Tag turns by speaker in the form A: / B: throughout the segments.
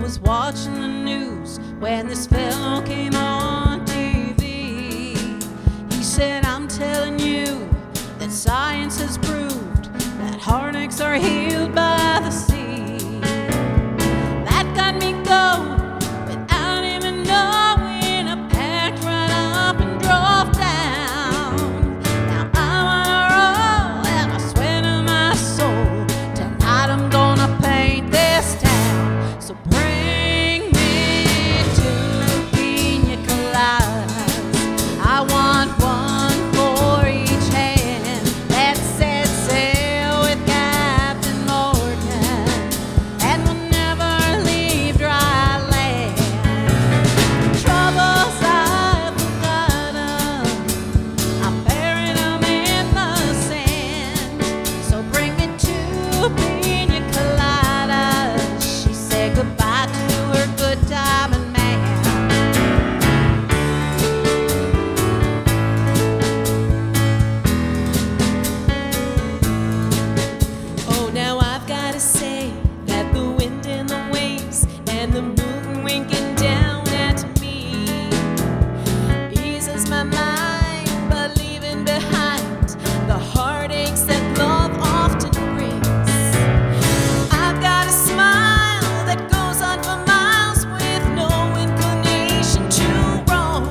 A: was watching the news when this fellow came on TV. He said, I'm telling you that science has proved that heartaches are healed by the sea. That got me going without even knowing. I packed right up and drove down. Now I'm on a roll and I swear to my soul, tonight I'm gonna paint this town. So bring me to Pina Coladas. I want one for each hand. Let's set sail with Captain Morgan and we'll never leave dry land. Troubles I've forgotten, I'm burying 'em in the sand. So bring me two pina coladas. She said goodbye to her good time and man. Oh, now I've gotta say that the wind and the waves and the moon winking down at me eases my mind, but leaving behind the heartaches that love often brings. I've got a smile that goes on for miles with no inclination to wrong.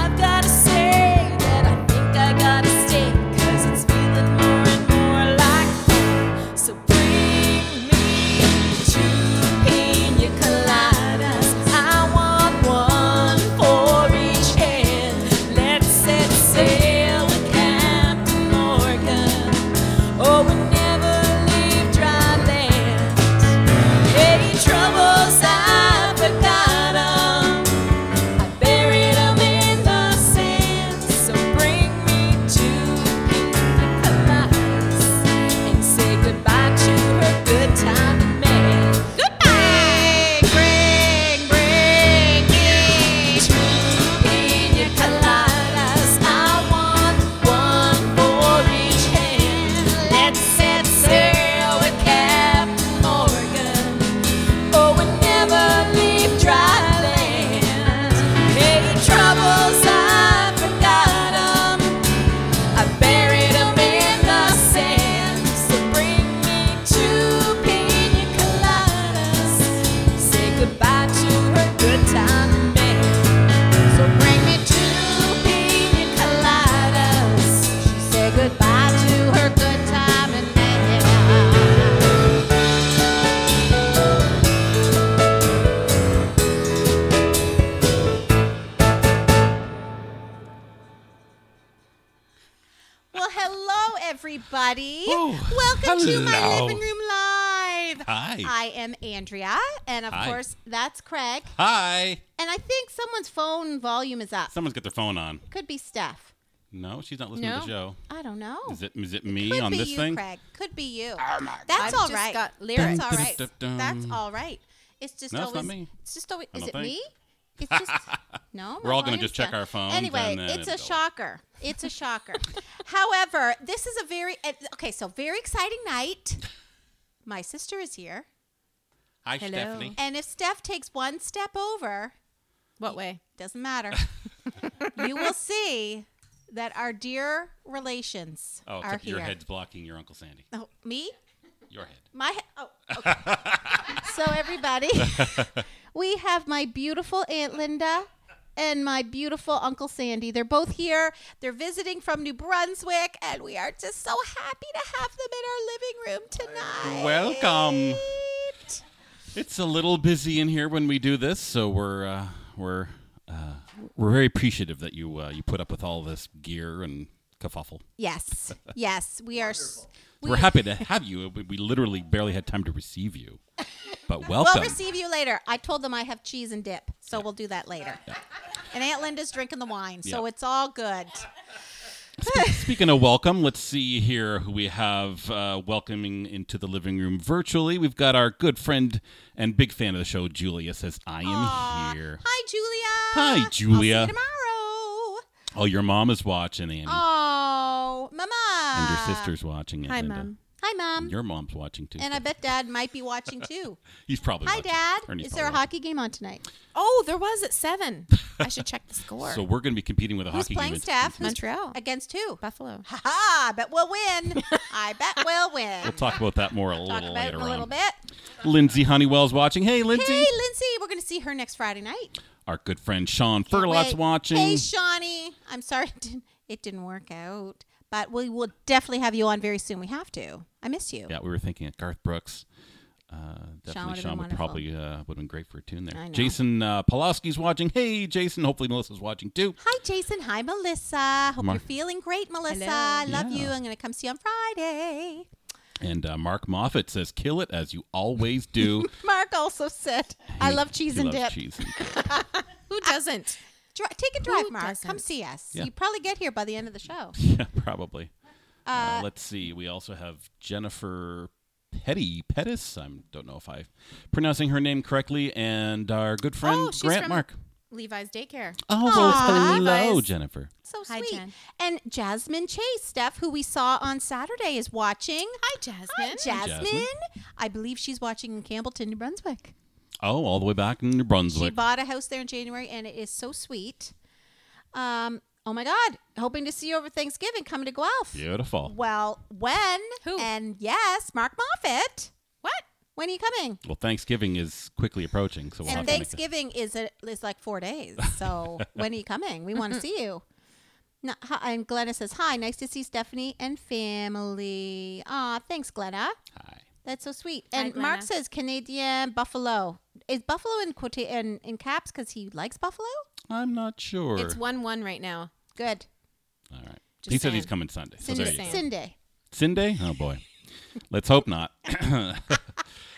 A: I've gotta say that I think I gotta stay, 'cause it's feeling more and more like home. So bring me two pina coladas. I want one for each hand. Let's set sail with Captain Morgan. Oh, we'll never leave dry land. Any troubles I've forgotten. I buried 'em in the sand, so bring me to Pina Coladas and say goodbye to her good time man. Goodbye, bring, bring me to Pina Coladas. I want one for each hand. Let's set sail with Captain Morgan. Oh, we never leave dry land. Any troubles I forgot 'em. I buried 'em in the sand. So bring me two pina coladas. Say goodbye to her good time man. So bring me two pina coladas. She said goodbye to her good time and man.
B: Well, hello, everybody.
C: Oh,
B: Welcome to my
C: hello.
B: living room live.
C: Hi.
B: I am Andrea, and of
C: Hi.
B: course, that's Craig.
C: Hi.
B: And I think someone's phone volume is up.
C: Someone's got their phone on.
B: Could be Steph.
C: No, she's not listening to the show.
B: I don't know.
C: Is it is it me
B: Could
C: on
B: be
C: this
B: you,
C: thing?
B: Craig. Could be you.
D: I've
B: That's all right.
D: just got lyrics.
B: That's all right.
C: Dun-dun-dun-dun.
B: That's all right. It's just
C: No, it's
B: always.
C: not me.
B: It's just always.
C: I
B: Is it
C: don't think.
B: me? It's just no.
C: We're
B: my
C: all gonna
B: volume's
C: just check
B: down.
C: our phones
B: Anyway,
C: and then
B: it's a
C: it'll-
B: shocker. It's a shocker. However, this is a very uh, okay. So very exciting night. My sister is here,
C: Hi, Stephanie.
B: and if Steph takes one step over,
D: What way?
B: doesn't matter. you will see that our dear relations
C: Oh,
B: are
C: except
B: here.
C: your head's blocking your Uncle Sandy.
B: Oh, me?
C: Your head.
B: My he- oh, okay. so everybody, we have my beautiful Aunt Linda and my beautiful Uncle Sandy. They're both here. They're visiting from New Brunswick, and we are just so happy to have them in our living room tonight.
C: Welcome. It's a little busy in here when we do this, so we're uh, we're uh, we're very appreciative that you uh, you put up with all this gear and kerfuffle.
B: Yes, yes, we are. s- We
C: We're happy to have you. We we literally barely had time to receive you, but welcome.
B: We'll receive you later. I told them I have cheese and dip, so we'll do that later. And Aunt Linda's drinking the wine, so
C: Yeah.
B: it's all good.
C: Speaking of welcome, let's see here who we have uh, welcoming into the living room virtually. We've got our good friend and big fan of the show, Julia says, I am here.
B: Hi, Julia.
C: Hi,
B: I'll
C: Julia.
B: see you tomorrow.
C: Oh, your mom is watching, Annie.
B: Oh, Mama.
C: And your sister's watching it.
D: Hi,
C: Linda.
D: mom.
B: Hi, mom.
C: Your mom's watching too.
B: and I bet dad might be watching too.
C: He's probably
B: Hi,
C: watching.
B: dad.
C: Ernie's
B: Is there a
C: probably
B: hockey game on tonight?
D: Oh, there was at seven. I should check the score.
C: watching. So we're going to be competing with a
B: Who's
C: hockey
B: playing
C: game.
B: staff? Who's
D: Montreal,
B: against who?
D: Buffalo.
B: Ha ha! I bet we'll win. I bet we'll win.
C: We'll talk about that more a
B: Talk
C: little
B: about it
C: later
B: in a little
C: on.
B: bit.
C: Lindsay Honeywell's watching. Hey, Lindsay.
B: Hey, Lindsay, we're going to see her next Friday night.
C: Our good friend Sean Furlot's
B: Wait.
C: watching.
B: Hey, Shawnee. I'm sorry it didn't, it didn't work out, but we will definitely have you on very soon. We have to. I miss you.
C: yeah, we were thinking of Garth Brooks. Uh, definitely,
B: would've
C: Sean
B: been
C: would
B: wonderful.
C: probably uh, would have been great for a tune there.
B: I know.
C: Jason uh, Pulaski's watching. Hey, Jason. Hopefully, Melissa's watching too.
B: Hi, Jason. Hi, Melissa. Hope
C: Mar-
B: you're feeling great, Melissa.
D: Hello.
B: I love
C: Yeah.
B: you. I'm going to come see you on Friday.
C: And uh, Mark Moffat says, "Kill it as you always do."
B: Mark also said, I
C: He-
B: love cheese
C: he
B: and
C: loves
B: dip.
C: cheese and dip.
D: Who doesn't?
B: Dri- take a drive,
D: Who
B: Mark. Come
D: doesn't?
B: see us.
C: Yeah.
B: You probably get here by the end of the show.
C: yeah, probably. Uh, let's see. We also have Jennifer Petty Pettis. I don't know if I'm pronouncing her name correctly. And our good friend
D: Oh, she's
C: Grant
D: from-
C: Mark.
D: Levi's daycare.
C: Oh, well,
B: Aw.
C: hello,
D: Levi's.
C: Jennifer.
B: So
D: Hi,
B: sweet.
D: Jen.
B: And Jasmine Chase, Steph, who we saw on Saturday, is watching.
D: Hi, Jasmine.
B: Hi, Jasmine.
C: Jasmine.
B: I believe she's watching in Campbellton, New Brunswick.
C: Oh, all the way back in New
B: She
C: Brunswick.
B: bought a house there in January, and it is so sweet. Um, oh my God, hoping to see you over Thanksgiving. Coming to Guelph.
C: Beautiful.
B: Well, when?
D: Who?
B: And yes, Mark Moffat.
D: What?
B: When are you coming?
C: Well, Thanksgiving is quickly approaching, so we'll have
B: and
C: to make that-
B: Thanksgiving is a, is like four days. So when are you coming? We want to see you. No, hi, and Glenna says hi. Nice to see Stephanie and family. Ah, thanks, Glenna.
C: Hi.
B: That's so sweet.
D: Hi,
B: And Mark
D: Glenna.
B: says Canadian buffalo. Is buffalo in quote in, in caps because he likes buffalo?
C: I'm not sure.
D: It's one one right now.
B: Good.
C: all right.
D: Just
C: he said he's
D: saying.
C: coming Sunday. So
B: Cindy.
C: there you go.
D: saying.
B: Cindy.
C: Sunday? Oh boy. Let's hope not.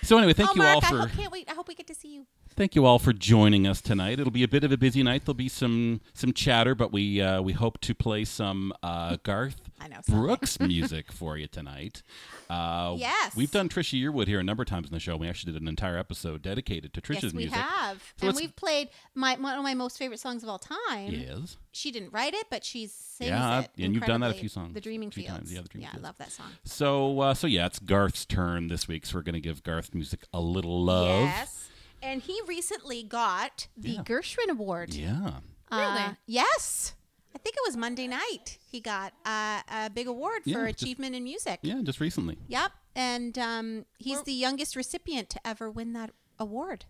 C: so anyway, thank
B: oh,
C: you
B: Mark,
C: all
B: I
C: for
B: hope, can't wait. I hope we get to see you.
C: thank you all for joining us tonight. It'll be a bit of a busy night. There'll be some some chatter, but we uh, we hope to play some uh, Garth
B: I know, sorry.
C: Brooks music for you tonight. Uh,
B: Yes.
C: we've done Trisha Yearwood here a number of times in the show. We actually did an entire episode dedicated to Trisha's
B: yes, we
C: music.
B: have.
C: So
B: and
C: let's-
B: we've played my one of my most favorite songs of all time.
C: Yes.
B: she didn't write it, but she sings
C: Yeah,
B: it.
C: and you've done that a
B: incredibly.
C: few songs,
B: The Dreaming
C: a few
B: Fields.
C: times, yeah, The Dreaming
B: yeah,
C: Fields.
B: I love that song.
C: So uh, so yeah, it's Garth's turn this week, so we're gonna give Garth music a little love.
B: Yes. And he recently got the
C: Yeah.
B: Gershwin Award.
C: Yeah.
B: Uh,
D: Really?
B: yes. I think it was Monday night he got uh, a big award
C: Yeah,
B: for
C: just-
B: achievement in music.
C: Yeah, just recently.
B: Yep. And um, he's the youngest recipient to ever win that award.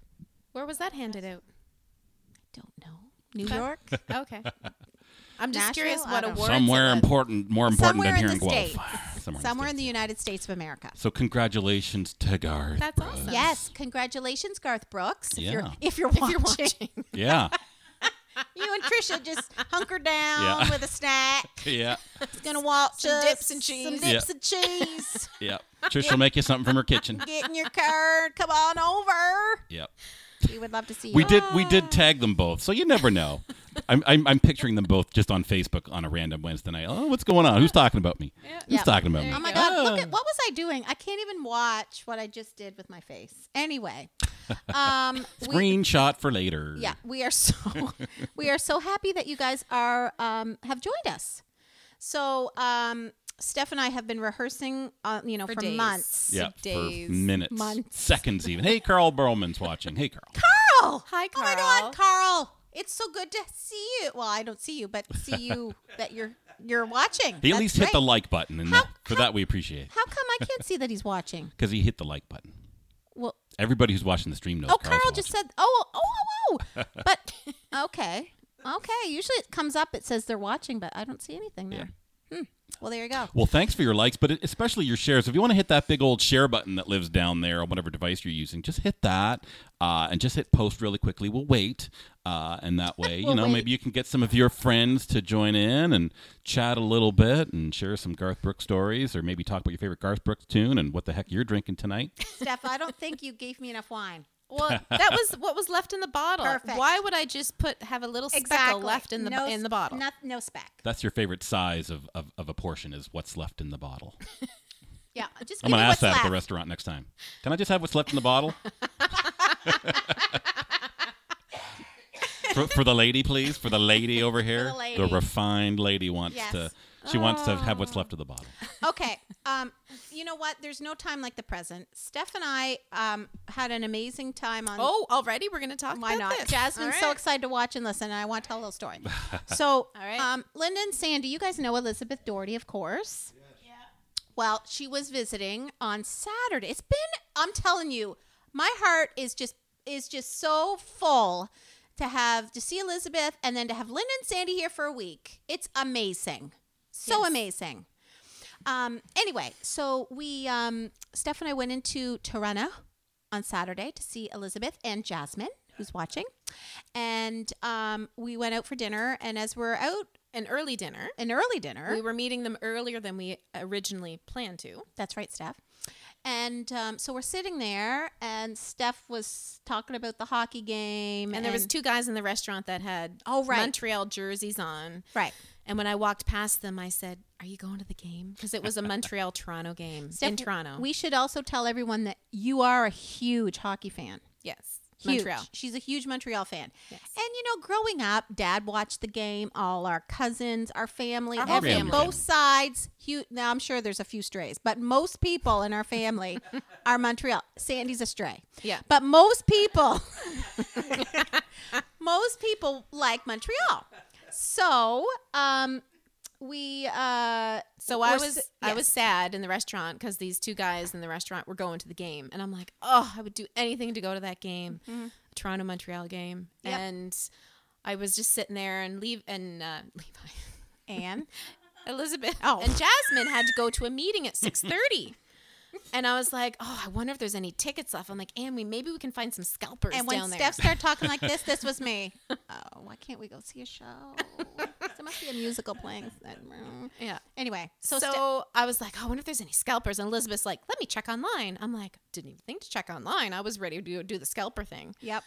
D: Where was that handed out?
B: Don't know. New York?
D: Okay. I'm just
B: Nashville?
D: curious
B: I
D: what
B: don't know.
D: award.
C: Somewhere important, more important
B: Somewhere
C: than here
B: in
C: in,
B: the
C: Guelph.
B: States.
C: Somewhere,
B: Somewhere
C: in
B: in
C: the
B: the United States of America.
C: States. So congratulations to Garth.
D: That's
C: Brooks.
D: awesome.
B: Yes, congratulations, Garth Brooks. If you're
C: Yeah.
B: if you're
D: If
B: watching,
D: you're watching,
C: Yeah.
B: you and Trisha just hunker down
C: Yeah.
B: with a snack.
C: Yeah.
B: It's gonna watch
D: Some
B: us,
D: dips and
B: Some
D: cheese.
B: dips and cheese.
C: Yeah. Trish will make you something from her kitchen.
B: Get in your car. Come on over.
C: Yep.
B: We would love to see you.
C: We did we did tag them both, so you never know. I'm, I'm, I'm picturing them both just on Facebook on a random Wednesday night. Oh, what's going on? Who's talking about me? Who's
B: Yeah.
C: talking about me?
B: Oh my
D: Yeah.
B: God! Look at
C: Ah.
B: what was I doing? I can't even watch what I just did with my face. Anyway, um, we,
C: Screenshot for later.
B: yeah, we are so we are so happy that you guys are um, have joined us. So um, Steph and I have been rehearsing, uh, you know, for,
D: For days.
B: months.
C: Yeah,
D: days,
C: for minutes,
B: months.
C: seconds, even. Hey, Carl Burlman's watching. Hey, Carl.
B: Carl.
D: Hi,
B: Oh my
D: Carl.
B: God, Carl! It's so good to see you. Well, I don't see you, but see you that you're you're watching.
C: He at
B: That's
C: least hit the
B: great.
C: like button, and
B: How-
C: for that we appreciate
B: How come I can't see that he's watching?
C: because he hit the like button.
B: Well,
C: Everybody who's watching the stream knows.
B: oh,
C: Carl's
B: Carl just said, oh, oh, oh, oh. but okay, okay. Usually it comes up. It says they're watching, but I don't see anything there. Hmm. Well, there you go.
C: Well, thanks for your likes, but e, especially your shares. If you want to hit that big old share button that lives down there on whatever device you're using, just hit that uh, and just hit post really quickly. We'll wait. Uh, and that way, you
B: We'll
C: know,
B: wait.
C: maybe you can get some of your friends to join in and chat a little bit and share some Garth Brooks stories or maybe talk about your favorite Garth Brooks tune and what the heck you're drinking tonight.
B: Steph, I don't think you gave me enough wine.
D: Well, that was what was left in the bottle.
B: Perfect.
D: Why would I just put have a little speckle left in the
B: no,
D: in the
B: s-
D: bottle?
B: Not, no spec.
C: That's your favorite size of, of, of a portion is what's left in the bottle.
B: Yeah, just
C: I'm going
B: give me
C: to ask
B: what's
C: that
B: left.
C: at the restaurant next time. Can I just have what's left in the bottle? for, for the lady, please, for the lady over here,
B: the lady.
C: refined lady wants
B: Yes. Oh.
C: to. She wants to have what's left of the bottle.
B: okay. Um, you know what? There's no time like the present. Steph and I um, had an amazing time on.
D: Oh, already we're gonna talk.
B: why
D: about
B: not?
D: This.
B: Jasmine's
D: All
B: so
D: right.
B: excited to watch and listen, and I want to tell a little story. so,
D: right.
B: um, Linda and Sandy, you guys know Elizabeth Doherty, of course. Well, she was visiting on Saturday. It's been I'm telling you, my heart is just is just so full to have to see Elizabeth and then to have Linda and Sandy here for a week. It's amazing. So amazing. Um anyway, so we um Steph and I went into Toronto on Saturday to see Elizabeth and Jasmine, who's watching. And um we went out for dinner and as we're out
D: An early dinner.
B: an early dinner
D: We were meeting them earlier than we originally planned to.
B: That's right, Steph. And um, so we're sitting there, and Steph was talking about the hockey game,
D: And there was two guys in the restaurant that had
B: Oh, right.
D: Montreal jerseys on.
B: right.
D: And when I walked past them, I said, "Are you going to the game?" Because it was a Montreal Toronto game in
B: Steph,
D: Toronto.
B: We should also tell everyone that you are a huge hockey fan.
D: yes,
B: Huge.
D: Montreal.
B: She's a huge Montreal fan.
D: Yes.
B: And you know, growing up, Dad watched the game. All our cousins, our family,
D: whole
B: every-
C: family.
B: both sides. Huge. Now I'm sure there's a few strays, but most people in our family are Montreal. Sandy's a stray.
D: Yeah.
B: But most people, most people like Montreal. So, um, we uh,
D: So I
B: were
D: was
B: s-
D: I
B: yes.
D: was sad in the restaurant because these two guys in the restaurant were going to the game, and I'm like, oh, I would do anything to go to that game, Toronto Montreal game,
B: Mm-hmm. Yep.
D: and I was just sitting there and leave and uh, Levi,
B: and
D: Elizabeth,
B: Oh.
D: and Jasmine had to go to a meeting at six thirty. And I was like, "Oh, I wonder if there's any tickets left." I'm like, "Anne, we maybe we can find some scalpers
B: and when
D: down there."
B: Steph started talking like this, this was me. Oh, why can't we go see a show? there must be a musical playing.
D: yeah.
B: Anyway,
D: So,
B: so, Ste-
D: I was like, oh, I wonder if there's any scalpers. And Elizabeth's like, let me check online. I'm like, didn't even think to check online. I was ready to do, do the scalper thing.
B: yep,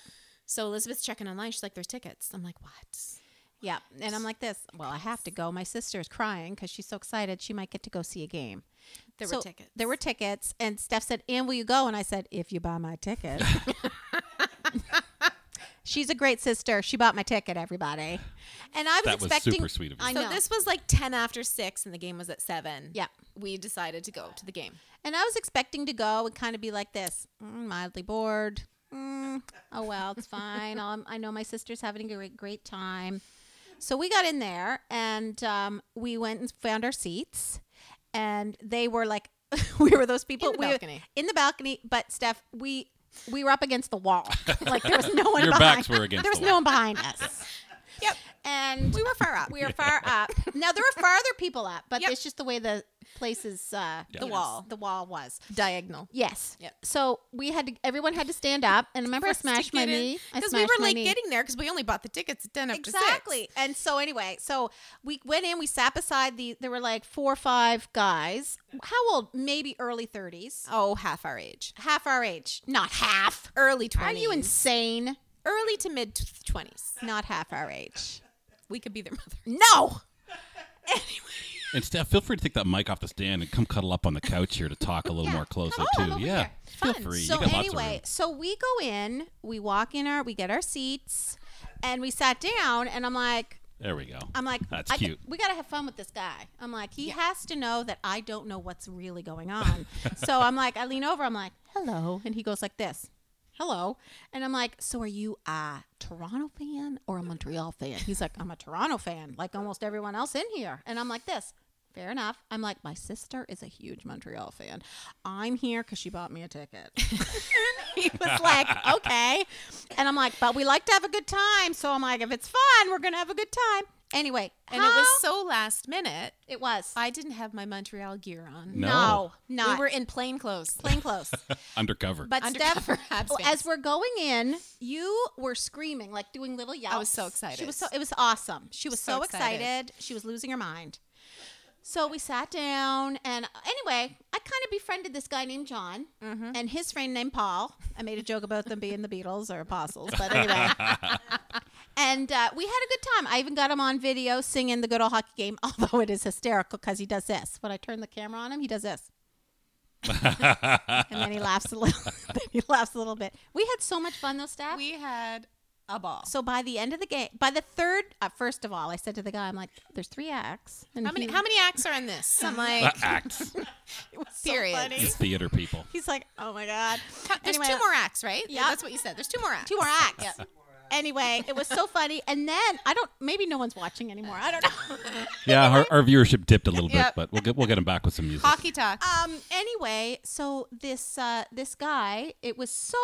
D: So Elizabeth's checking online. She's like, there's tickets. I'm like, what?
B: yep. And I'm like this. Well, I have to go. My sister's crying because she's so excited she might get to go see a game.
D: There
B: So
D: were tickets.
B: There were tickets, and Steph said, "And will you go?" And I said, "If you buy my ticket." She's a great sister. She bought my ticket, everybody. And I was
C: That was
B: expecting.
C: super sweet of you.
B: I
D: so
B: know.
D: this was like 10 after 6 and the game was at 7.
B: Yeah.
D: We decided to go to the game.
B: And I was expecting to go and kind of be like this, mm, mildly bored. Mm, oh well, it's fine. Um, I know my sister's having a great, great time. So we got in there and um, we went and found our seats, and they were like, we were those people
D: In the
B: we-
D: balcony.
B: in the balcony. But Steph, we we were up against the wall, like there was no one.
C: Your
B: behind.
C: backs were against
B: There was
C: the
B: no
C: wall.
B: one behind us.
D: Yep.
B: And we were far up. We were far up. Now there were farther people up, but
D: Yep.
B: it's just the way the place is. Uh,
C: Yeah.
B: the
C: Yes.
B: wall. The wall was.
D: Diagonal.
B: Yes.
D: Yep.
B: So we had to. Everyone had to stand up, and remember, I smashed my knee. I
D: Because we were
B: smashed my
D: like
B: knee.
D: getting there because we only bought the tickets at 10 after 6.
B: exactly. And so anyway, so we went in. We sat beside the. There were like four or five guys. How old? Maybe early thirties.
D: Oh, half our age.
B: Half our age. Not half.
D: Early 20s.
B: Are you insane?
D: Early to mid 20s.
B: Not half our age.
D: We could be their mother.
B: No.
C: And Steph, feel free to take that mic off the stand and come cuddle up on the couch here to talk a little more closely
B: come
C: too.
B: Oh, over
C: Yeah,
B: here.
C: feel
B: Fun.
C: free.
B: So
C: you got lots of
B: anyway,
C: room.
B: so we go in. We walk in our. We get our seats, and we sat down. And I'm like.
C: There we go.
B: I'm like,
C: that's
B: I-
C: cute.
B: we gotta have fun with this guy. I'm like, he has to know that I don't know what's really going on. so I'm like, I lean over. I'm like, hello, and he goes like this, hello, and I'm like, so are you a Toronto fan or a Montreal fan? He's like, I'm a Toronto fan, like almost everyone else in here, and I'm like this. Fair enough. I'm like, my sister is a huge Montreal fan. I'm here because she bought me a ticket. he was like, okay. And I'm like, but we like to have a good time. So I'm like, if it's fun, we're going to have a good time. Anyway,
D: And it was so last minute.
B: it was.
D: I didn't have my Montreal gear on.
C: No.
B: no, not.
D: We were in plain clothes.
B: plain clothes.
C: Undercover.
B: But
D: Undercover
B: Steph,
D: abs
B: well,
D: fans.
B: as we're going in, you were screaming, like doing little yelps.
D: was so
B: She
D: excited.
B: was so it was awesome. She was so,
D: So
B: excited.
D: excited.
B: She was losing her mind. So we sat down, and anyway, I kind of befriended this guy named John
D: Mm-hmm.
B: and his friend named Paul. I made a joke about them being the Beatles or Apostles, but anyway. and uh, we had a good time. I even got him on video singing the good old hockey game, although it is hysterical because he does this. When I turn the camera on him, he does this. and then he laughs a little. then he laughs a little bit. We had so much fun though, Steph.
D: We had
E: a ball.
B: So by the end of the game, by the third, uh, first of all, I said to the guy, I'm like, there's three acts. And
D: How many
B: he-
D: how many acts are in this? I'm like,
C: Uh, acts.
B: It was so
D: Period.
B: funny.
C: It's theater people.
B: He's like, oh my God.
D: there's
B: Anyway,
D: two more acts, right?
B: Yeah.
D: that's what you said. There's two more acts.
B: Two more acts. Anyway, it was so funny. And then I don't, maybe no one's watching anymore. I don't know.
C: Yeah, our, our viewership dipped a little
D: Yep.
C: bit, but we'll get we'll get them back with some music.
D: Hockey talk.
B: um anyway so this uh this guy it was so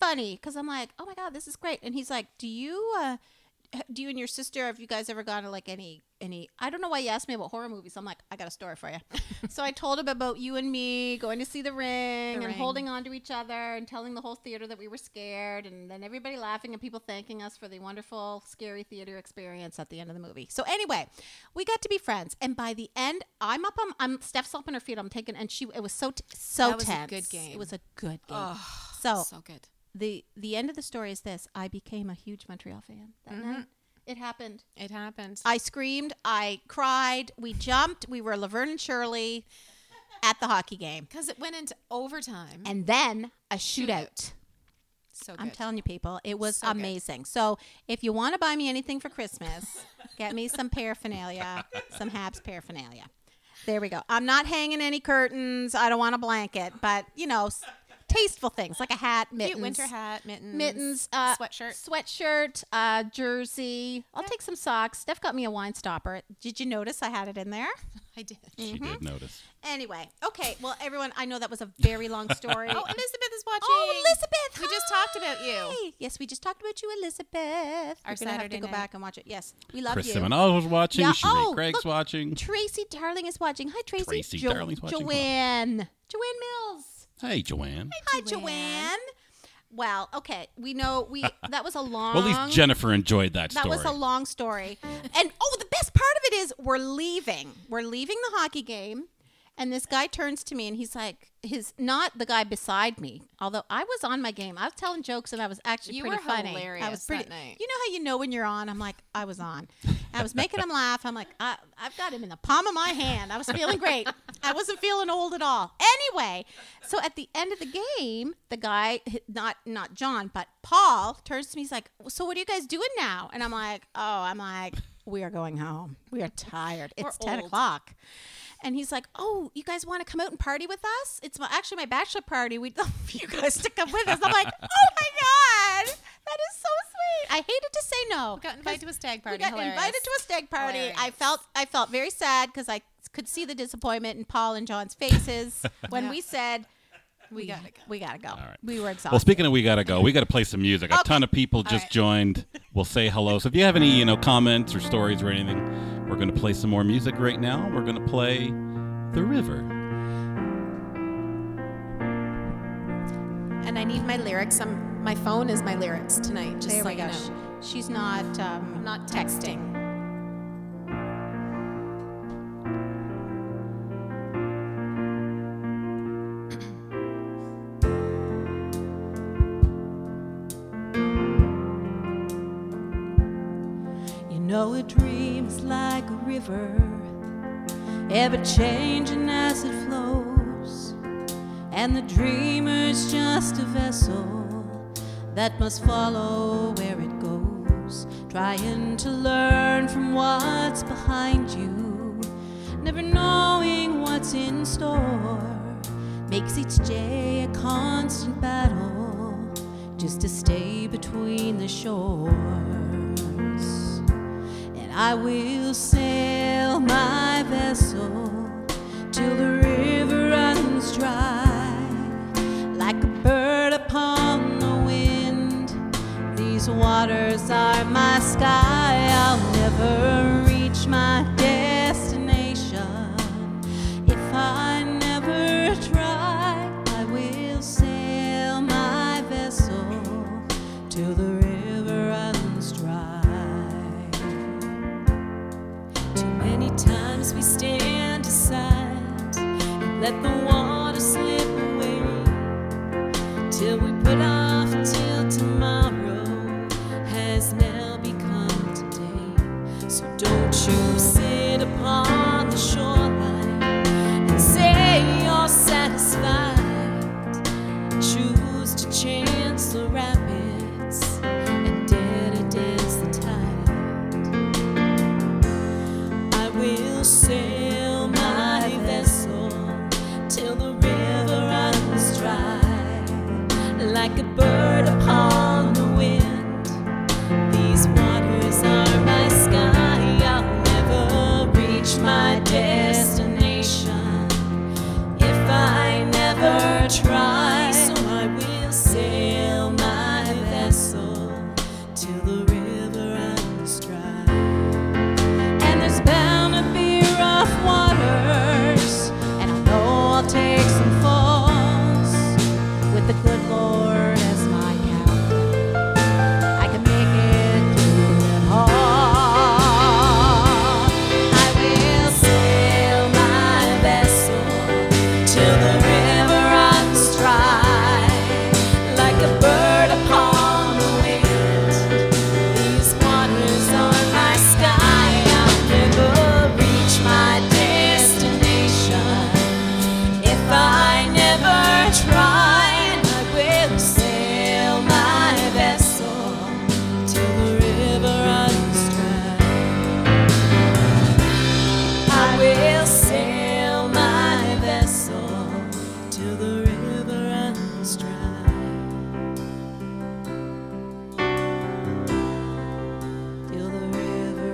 B: funny because i'm like oh my god this is great and he's like do you uh h- do you and your sister have you guys ever gone to like any any i don't know why you asked me about horror movies i'm like i got a story for you so i told him about you and me going to see the ring and
D: Ring.
B: holding on to each other and telling the whole theater that we were scared and then everybody laughing and people thanking us for the wonderful scary theater experience at the end of the movie so anyway we got to be friends and by the end i'm up on i'm steph's up on her feet i'm taking and she it was so t- so
D: That was a
B: tense
D: good game.
B: it was a good game so
D: So good.
B: the the end of the story is this i became a huge montreal fan that
D: Mm-hmm.
B: night it happened
D: It happened.
B: i screamed i cried we jumped we were laverne and shirley at the hockey game
D: Because it went into overtime.
B: and then a shootout
D: so good.
B: i'm telling you people it was
D: So good.
B: amazing so if you want to buy me anything for christmas get me some paraphernalia some habs paraphernalia there we go i'm not hanging any curtains i don't want a blanket but you know s- tasteful things like a hat mittens
D: Cute winter hat, mittens,
B: mittens, uh,
D: sweatshirt.
B: sweatshirt, uh, jersey. I'll take some socks. Steph got me a wine stopper. Did you notice I had it in there?
D: I did.
C: She
B: mm-hmm.
C: did notice.
B: Anyway, okay. Well, everyone, I know that was a very long story.
D: Oh, Elizabeth is watching.
B: Oh, Elizabeth,
D: We just talked about you.
B: hi. Yes, we just talked about you, Elizabeth.
D: Our
B: You're gonna have to
D: Saturday
B: go
D: night.
B: back and watch it. Yes, we love
C: Chris
B: you.
C: Simonal was watching.
B: Yeah,
C: Sheree
B: oh,
C: Craig's
B: look.
C: watching.
B: Tracy Darling is watching. Hi, Tracy.
C: Tracy Darling's watching.
B: Joanne. Joanne Mills.
C: Hey, Joanne.
B: Hi, Joanne. Well, okay. We know we that was a long.
C: Well, at least Jennifer enjoyed that,
B: That
C: story.
B: was a long story. and oh, the best part of it is we're leaving. We're leaving the hockey game. And this guy turns to me and he's like, his not the guy beside me, although I was on my game. I was telling jokes and I was actually
D: You
B: pretty
D: were
B: funny. I
D: hilarious
B: was pretty.
D: that night.
B: You know how you know when you're on? I'm like, I was on. I was making him laugh. I'm like, I, I've got him in the palm of my hand. I was feeling great. I wasn't feeling old at all. Anyway, so at the end of the game, the guy, not not John, but Paul, turns to me. He's like, "So what are you guys doing now?" And I'm like, "Oh, I'm like, we are going home. We are tired. It's ten
D: old.
B: o'clock." And he's like, "Oh, you guys want to come out and party with us? It's my, actually my bachelor party. We'd love for you guys to come with us." I'm like, "Oh my god, that is so sweet." I hated to say no.
D: We got invited to a stag party.
B: We got
D: Hilarious.
B: invited to a stag party. I
D: Hilarious.
B: felt I felt very sad because I could see the disappointment in Paul and John's faces when we said
D: We got to go.
B: we gotta go.
C: right.
B: We were exhausted.
C: Well, speaking of, we gotta go. We gotta play some music. A
B: Okay.
C: ton of people just
D: right.
C: joined. We'll say hello. So if you have any, you know, comments or stories or anything, we're gonna play some more music right now. We're gonna play "The River."
D: And I need my lyrics. I'm, my phone is my lyrics tonight. Just
B: there
D: so
B: we
D: you
B: go.
D: know.
B: She- Oh She's not um,
D: I'm not texting.
A: You know a dream is like a river, ever changing as it flows. And the dreamer is just a vessel that must follow where it goes, trying to learn from what's behind you, never knowing what's in store. Makes each day a constant battle just to stay between the shores and I will sail my vessel till the river runs dry. Like a bird upon the wind, these waters are my sky. I'll never reach my destination if I never try. I will sail my vessel till the river runs dry. Too many times we stand aside, and let the water slip away till we put off till tomorrow has now become today. So don't you sit upon the shoreline and say you're satisfied. Choose to chance the rapids and dead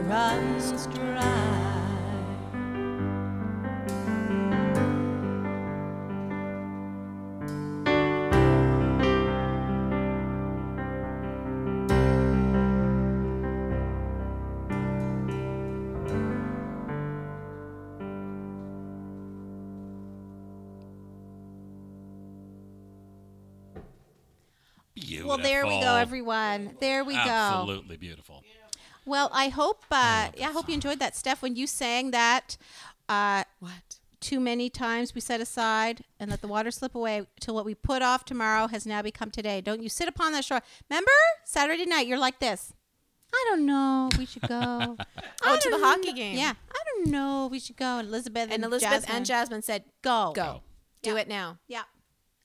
A: runs dry.
C: Beautiful.
B: Well, there we go, everyone. There we go.
C: Absolutely beautiful.
B: Well, I hope
C: Oh,
B: uh, yeah, I hope you enjoyed that, Steph. When you sang that uh,
D: What?
B: too many times, we set aside and let the water slip away till what we put off tomorrow has now become today. Don't you sit upon that shore. Remember Saturday night? You're like this. I don't know. We should go.
D: Oh, to the hockey game.
B: yeah, I don't know. We should go. And Elizabeth and,
D: And Elizabeth
B: Jasmine.
D: and Jasmine said,
B: go.
D: go. Do
B: Yeah.
D: it now.
B: Yeah,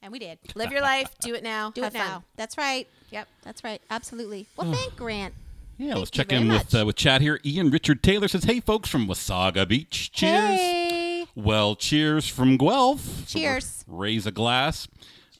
B: and we did.
D: Live your life. Do it now.
B: Do
D: Have
B: it
D: fun.
B: now. That's right.
D: Yep.
B: That's right. Absolutely.
C: Hmm.
B: Well, thank Grant.
C: Yeah, let's
B: you
C: check
B: very
C: in with
B: much.
C: uh, with chat here. Ian Richard Taylor says, "Hey, folks from Wasaga Beach, cheers."
B: Hey.
C: Well, cheers from Guelph. So
B: Cheers.
C: we'll raise a glass.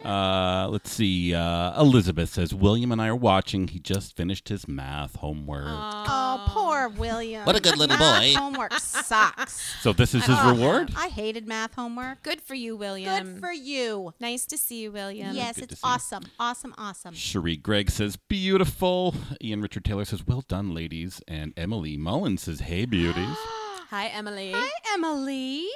C: Uh, let's see. Uh, Elizabeth says, "William and I are watching. He just finished his math homework."
B: Oh, poor William.
C: What a good little
B: Math
C: boy.
B: Homework sucks.
C: So this is his reward.
B: eh? I hated math homework.
D: Good for you, William.
B: Good for you.
D: Nice to see you, William.
B: Yes,
C: good to
B: it's
C: see you.
B: awesome. Awesome, awesome.
C: Cherie Gregg says, "Beautiful." Ian Richard Taylor says, "Well done, ladies." And Emily Mullins says, "Hey, beauties."
D: Hi, Emily.
B: Hi, Emily.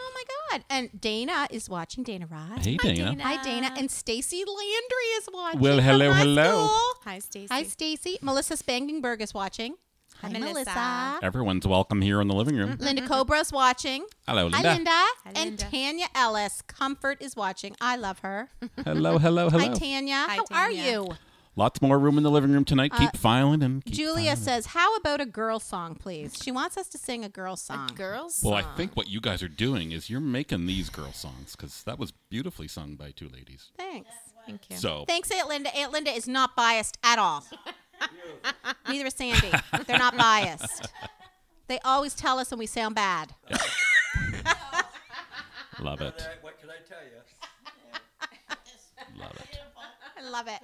B: Oh my god. And Dana is watching Dana Rod.
C: hey, Dana.
B: Hi, Dana. And Stacy Landry is watching.
C: Well,
B: from
C: hello,
B: high
C: hello.
B: school.
D: Hi, Stacy.
B: Hi, Stacy. Melissa Spangenberg is watching. Hi,
D: Melissa.
C: Everyone's welcome here in the living room.
B: Linda Cobra's watching.
C: Hello, Linda.
B: Hi, Linda. and
D: Linda.
B: Tanya Ellis. Comfort is watching. I love her.
C: Hello, hello, hello.
B: Hi, Tanya.
D: Hi,
B: How are
D: Tanya.
B: you?
C: Lots more room in the living room tonight.
B: Uh,
C: Keep filing and keep
B: Julia says, "How about a girl song, please?" She wants us to sing a girl song.
D: Girls.
C: Well, I
D: song.
C: think what you guys are doing is you're making these girl songs because that was beautifully sung by two ladies.
B: Thanks.
D: Thank you.
C: So
B: Thanks, Aunt Linda. Aunt Linda is not biased at all. Neither is Sandy. They're not biased. They always tell us when we sound bad.
C: love it,
E: What can I tell you?
C: love it.
B: I love it.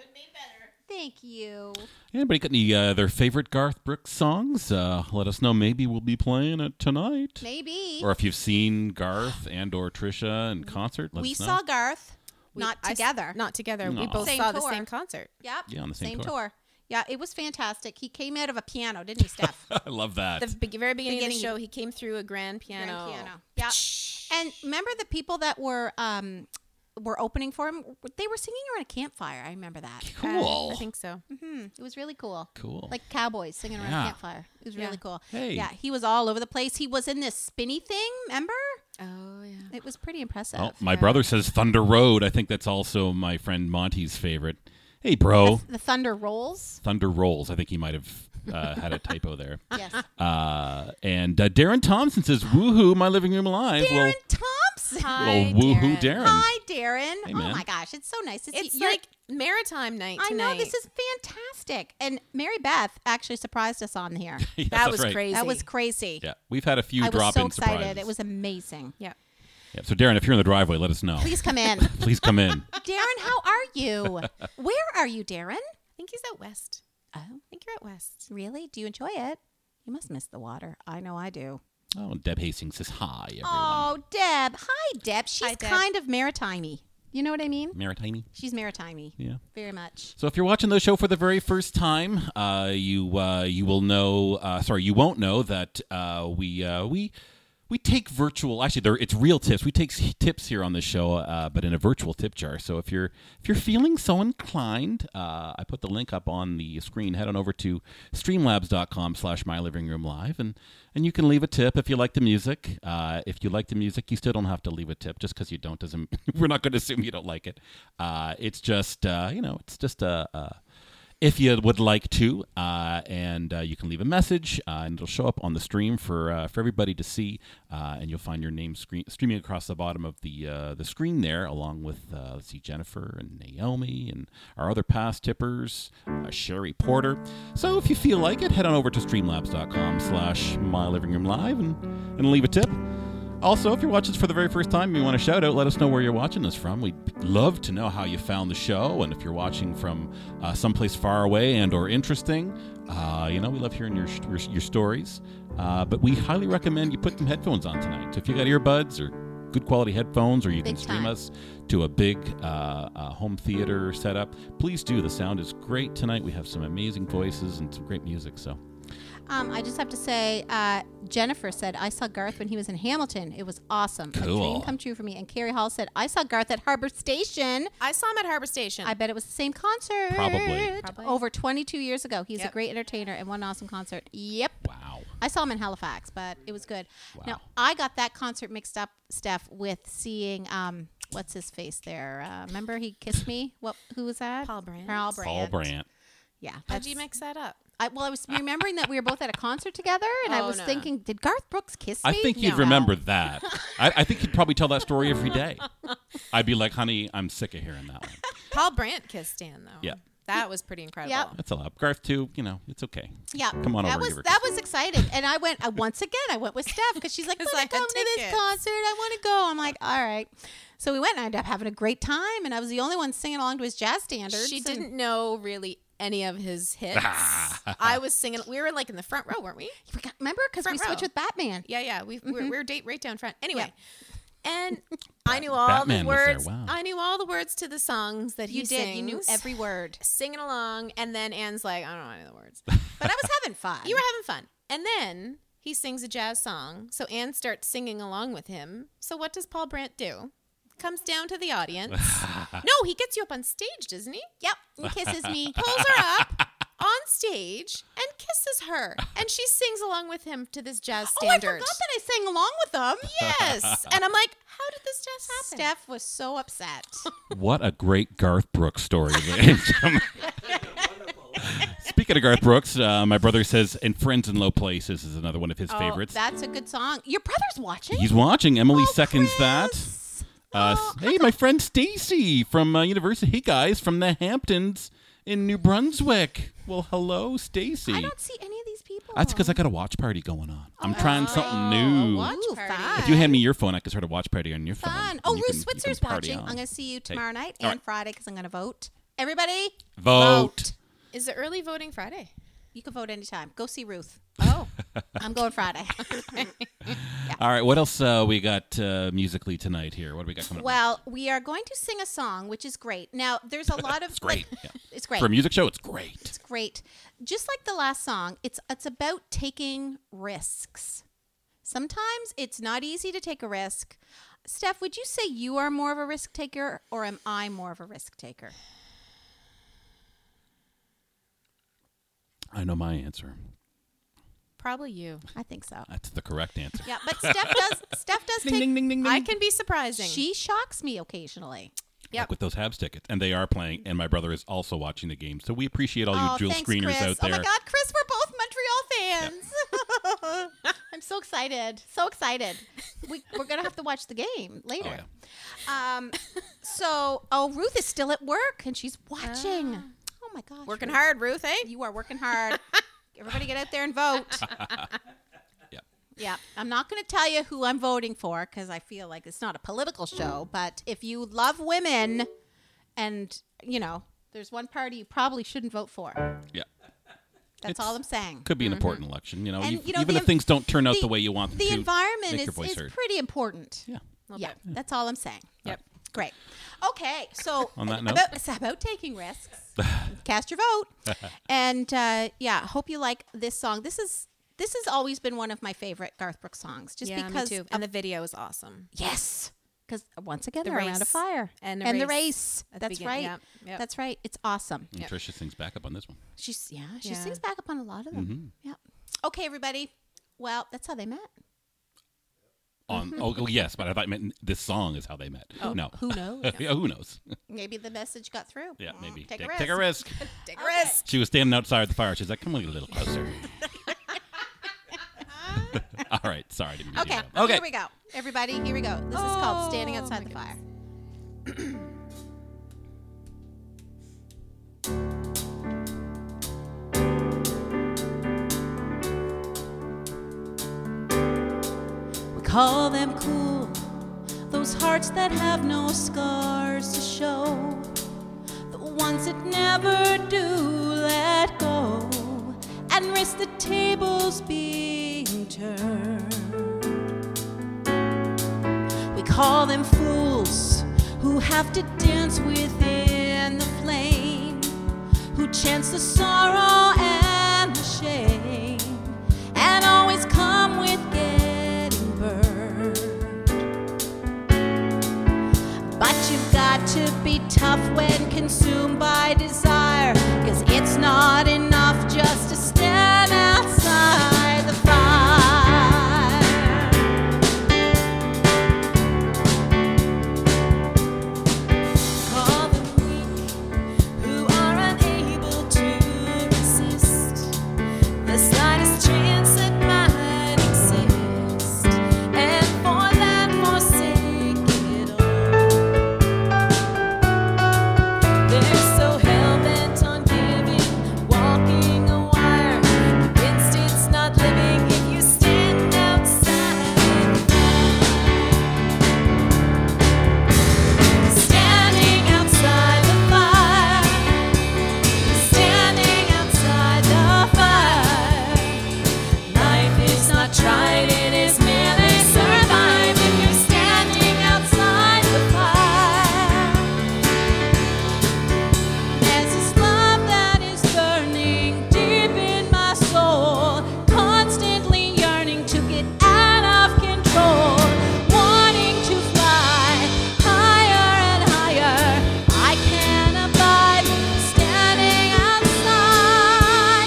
B: Thank you.
C: Anybody got any uh, their favorite Garth Brooks songs? Uh, let us know. Maybe we'll be playing it tonight,
B: Maybe
C: or if you've seen Garth and or Trisha in concert. Let
B: we
C: us know.
B: saw Garth,
D: We-
B: not
D: I s-
B: together.
D: not together. We
C: No.
D: both
B: Same
D: saw the
B: tour.
D: same concert.
B: Yep.
C: Yeah, on the same tour.
B: Yeah, it was fantastic. He came out of a piano, didn't he, Steph?
C: I love that.
D: The be- very beginning, of
B: Beginning.
D: the show, he came through a grand piano.
B: grand piano. Yeah. And remember the people that were um were opening for him? They were singing around a campfire. I remember that.
D: Uh,
C: cool.
D: I think so.
B: Hmm, it was really cool.
C: cool.
B: Like cowboys singing around
C: Yeah.
B: a campfire. It was really
D: Yeah.
B: cool.
C: Hey.
B: Yeah, he was all over the place. He was in this spinny thing, remember?
D: Oh yeah.
B: It was pretty impressive.
C: oh, my brother says Thunder Road. I think that's also my friend Monty's favorite. Hey, bro,
B: The thunder rolls.
C: Thunder Rolls. I think he might have uh, had a typo there.
B: Yes.
C: Uh, and uh, Darren Thompson says, "Woohoo, my living room alive!"
B: Darren Thompson.
C: well, well, woohoo, Darren.
B: Hi, Darren.
C: Hey,
B: oh
C: man.
B: my gosh, it's so nice to see
D: It's
B: you're-
D: like maritime night
B: I
D: tonight.
B: know this is fantastic. And Mary Beth actually surprised us on here.
C: Yes,
D: that
C: that's
D: was
C: right.
D: crazy.
B: That was crazy.
C: Yeah, we've had a few
B: I was
C: drop
B: so
C: in
B: excited.
C: surprises.
B: It was amazing.
D: Yeah.
C: Yeah, so, Darren, if you're in the driveway, let us know.
B: Please come in.
C: Please come in.
B: Darren, how are you? Where are you, Darren?
D: I think he's out west.
B: Oh,
D: I think you're out west.
B: really? Do you enjoy it? You must miss the water. I know I do.
C: Oh, and Deb Hastings says hi, everyone.
B: Oh, Deb. Hi, Deb. She's
D: Deb.
B: kind of maritimey. You know what I mean?
C: Maritimey.
B: She's maritimey.
C: Yeah.
B: Very much.
C: So if you're watching the show for the very first time, uh, you uh, you will know. Uh, sorry, you won't know that uh, we uh, we we take virtual. Actually, there it's real tips. We take s- tips here on the show, uh, but in a virtual tip jar. So if you're if you're feeling so inclined, uh, I put the link up on the screen. Head on over to streamlabs.com/slash my living room live, and and you can leave a tip if you like the music. Uh, if you like the music, you still don't have to leave a tip. Just because you don't doesn't we're not going to assume you don't like it. Uh, it's just uh, you know it's just a. a if you would like to, uh, and uh, you can leave a message, uh, and it'll show up on the stream for uh, for everybody to see, uh, and you'll find your name screen streaming across the bottom of the uh, the screen there, along with uh, let's see Jennifer and Naomi and our other past tippers, uh, Sherry Porter. So if you feel like it, head on over to streamlabs.com/slash my living room live and and leave a tip. Also, if you're watching this for the very first time and you want to shout out, let us know where you're watching us from. We'd love to know how you found the show, and if you're watching from uh, someplace far away and or interesting, Uh, you know, we love hearing your your, your stories, uh, but we highly recommend you put some headphones on tonight. So if you got earbuds or good quality headphones, or you can
B: Big
C: stream
B: time.
C: us to a big uh, uh, home theater setup, please do. The sound is great tonight. We have some amazing voices and some great music. So
B: Um, I just have to say, uh, Jennifer said, I saw Garth when he was in Hamilton. It was awesome. A
C: Cool.
B: dream come true for me. And Carrie Hall said, I saw Garth at Harbor Station.
D: I saw him at Harbor Station.
B: I bet it was the same concert.
C: Probably.
D: Probably.
B: Over 22 years ago. He's a
D: Yep.
B: great entertainer and one awesome concert. Yep.
C: wow,
B: I saw him in Halifax, but it was good.
C: Wow.
B: Now, I got that concert mixed up, Steph, with seeing. Um, What's his face there? Uh, remember he kissed me. What? Who was that?
D: Paul Brandt.
B: Paul Brandt.
C: Paul Brandt.
B: Yeah.
D: How'd
B: that's-
D: you mix that up?
B: I, well, I was remembering that we were both at a concert together, and I
D: Oh,
B: was
D: no.
B: thinking, did Garth Brooks kiss me?
C: I think you'd
B: No.
C: remember that. I, I think you'd probably tell that story every day. I'd be like, honey, I'm sick of hearing that one.
D: Paul Brandt kissed Dan though.
C: Yeah.
D: That was pretty incredible.
B: Yep.
C: That's a lot. Garth, too, you know, it's okay.
B: Yeah,
C: Come on
B: that
C: over
B: was
C: here,
B: that was exciting, and I went I, once again. I went with Steph because she's like, "Let
D: Because
B: me
D: I
B: come
D: had
B: to this
D: tickets.
B: concert. I want to go." I'm like, "All right." So we went, and I ended up having a great time, and I was the only one singing along to his jazz standards.
D: She
B: and-
D: didn't know really any of his hits. I was singing. We were like in the front row, weren't we? Mm-hmm.
B: We got- remember because we
D: Front
B: switched
D: row.
B: with Batman.
D: Yeah, yeah. We we're, we're date right down front. Anyway, and I knew all
C: Batman
D: the
C: was there,
D: words.
C: wow.
D: I knew all the words to the songs that he
B: You did. You knew
D: sings.
B: every word,
D: singing along, and then Anne's like, I don't know any of the words.
B: but I was having fun.
D: you were having fun, and then he sings a jazz song, so Anne starts singing along with him. So what does Paul Brandt do? Comes down to the audience. no, he gets you up on stage, doesn't he?
B: Yep, he kisses me.
D: pulls her
B: Oh,
D: up on stage and kisses her, and she sings along with him to this jazz
B: Oh, I
D: standard.
B: forgot that I sang along with them.
D: yes, and I'm like, how did this just happen?
B: Steph was so upset.
C: What a great Garth Brooks story. ladies and gentlemen. Speaking of Garth Brooks, uh, my brother says, and Friends in Low Places is another one of
B: Oh,
C: his favorites.
B: That's a good song. Your brother's watching.
C: He's watching. Emily
B: Oh,
C: seconds
B: Chris.
C: that. Uh,
B: Oh,
C: hey, my friend Stacy from uh, University. Hey, guys, from the Hamptons in New Brunswick. Well, hello, Stacy.
B: I don't see any of these people.
C: That's because I got a watch party going on. I'm
B: Oh,
C: trying something new.
D: watch
B: Ooh,
D: party.
B: fun.
C: If you hand me your phone, I could start a watch party on your phone.
B: fun.
C: and
B: Oh,
C: you
B: Ruth
C: can- you
B: Switzer's
C: can party
B: watching.
C: on.
B: I'm going to see you tomorrow night
C: All
B: and
C: right.
B: Friday because I'm going to vote. Everybody,
C: Vote.
D: Is it early voting Friday?
B: You can vote anytime. Go see Ruth.
D: Oh,
B: I'm going Friday.
C: All right, what else uh, we got uh, musically tonight here? What do we got coming up?
B: well, we are going to sing a song, which is great. Now, there's a lot of
C: It's great,
B: like-
C: yeah.
B: It's great.
C: For a music show, it's great.
B: It's great. Just like the last song, it's it's about taking risks. Sometimes it's not easy to take a risk. Steph, would you say you are more of a risk taker or am I more of a risk taker?
C: I know my answer.
D: probably you.
B: I think so.
C: That's the correct answer.
B: Yeah, but Steph does Steph does
C: Ding,
B: take
C: ding, ding, ding,
D: I
C: ding.
D: can be surprising.
B: she shocks me occasionally.
C: Like with those Habs tickets. And they are playing, and my brother is also watching the game. So we appreciate all
B: oh,
C: you jewel
B: thanks,
C: screeners
B: Chris.
C: out there.
B: Oh my God, Chris, we're both Montreal fans. I'm so excited, so excited. We, we're gonna have to watch the
C: Oh,
B: game later. Um, so oh, Ruth is still at work and she's watching. Oh my gosh,
D: working
B: Ruth,
D: hard, Ruth, eh?
B: You are working hard. Everybody, get out there and vote.
C: Yeah.
B: Yeah, I'm not going to tell you who I'm voting for because I feel like it's not a political
D: Mm.
B: show. But if you love women, and you know, there's one party you probably shouldn't vote for.
C: Yeah.
B: That's
C: It's-
B: all I'm saying.
C: Could be an important election. You know,
B: Mm-hmm. And,
C: ev-
B: you know,
C: even
B: the
C: if things don't turn out the,
B: the-
C: way you want them
B: The
C: to,
B: environment
C: make
B: is,
C: your voice
B: is
C: heard.
B: pretty important.
C: yeah.
B: Yeah, that's all I'm saying.
D: Yep.
B: Great. Okay, so
C: On that note-
B: about, it's about taking risks, cast your vote, and uh, yeah, hope you like this song. This is this has always been one of my favorite Garth Brooks songs, just
D: yeah,
B: because
D: me too.
B: of-
D: And the video is awesome.
B: yes, because once again
D: The
B: they're around a
D: race.
B: fire
D: And the
B: the
D: race
B: race.
D: at the
B: That's
D: begin-
B: right.
D: yep, yep.
B: That's right. It's awesome.
C: And Tricia sings back up on this one.
B: She's yeah, she
D: Yeah.
B: sings back up on a lot of them.
C: Mm-hmm.
B: Yep. Okay, everybody. Well, that's how they met.
C: On oh, oh, yes, but I thought you meant this song is how they met. no.
B: Oh, Who knows?
C: yeah, who knows?
B: Maybe the message got through.
C: Yeah, maybe.
B: Take,
C: Take-
B: a risk.
C: Take a risk.
D: Take a risk.
C: She was standing outside the fire. She's like, "Come on, get a little closer." All right, sorry. Didn't mean to
B: Okay.
C: do that. Okay.
B: Here we go. Everybody, here we go. This is
D: Oh
B: called Standing Outside the Fire. We call them cool, those hearts that have no scars to show. The ones that never do let go.
A: and risk the tables being turned. We call them fools who have to dance within the flame, who chance the sorrow and the shame, and always come with getting burned. But you've got to be tough when consumed by desire. Cause it's not enough just to stand outside the fire. Call the weak who are unable to resist the slightest chance it might exist, and for that forsake it all. They're so hell bent on giving, walking a wire, convinced it's not living if you stand outside. Standing outside the fire. Standing outside the fire. Life is not tried, it is merely survived if you're standing outside the fire. There's this love that is burning deep in my soul, constantly yearning to get out of control, wanting to fly higher and higher. I can't abide standing outside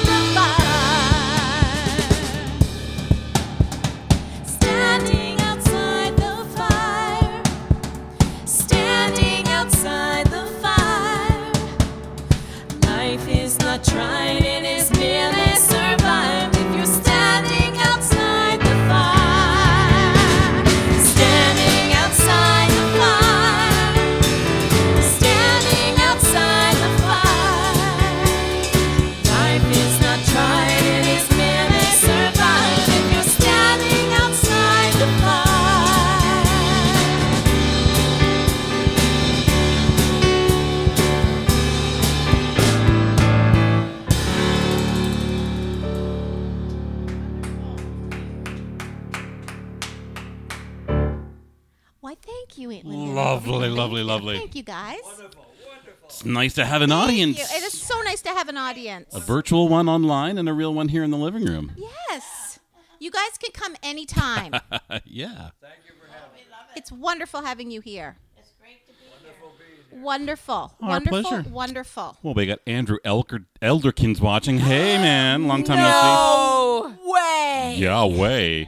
A: the fire. Standing outside the fire. Standing outside the fire. Life is not tried, it is merely survived if you're standing outside the fire. Standing outside the fire. Standing outside the fire. Life is not tried, it is merely survived if you're standing outside the fire.
B: Why, thank you, Aunt Linda.
C: Lovely,
B: Thank
C: lovely,
B: you.
C: lovely.
B: Thank you, guys.
C: It's nice to have an audience.
B: Thank you. It is so nice to have an audience.
C: a virtual one online and a real one here in the living room.
B: Yes. You guys can come anytime.
C: Uh, yeah.
B: it's wonderful having you here. It's great to be wonderful here. Wonderful.
C: Our
B: wonderful.
C: pleasure. Oh,
B: Wonderful.
C: Well, we got Andrew Elker- Elderkins watching. Hey, man. Long time
D: Oh,
C: no
D: way.
C: see. Yahweh.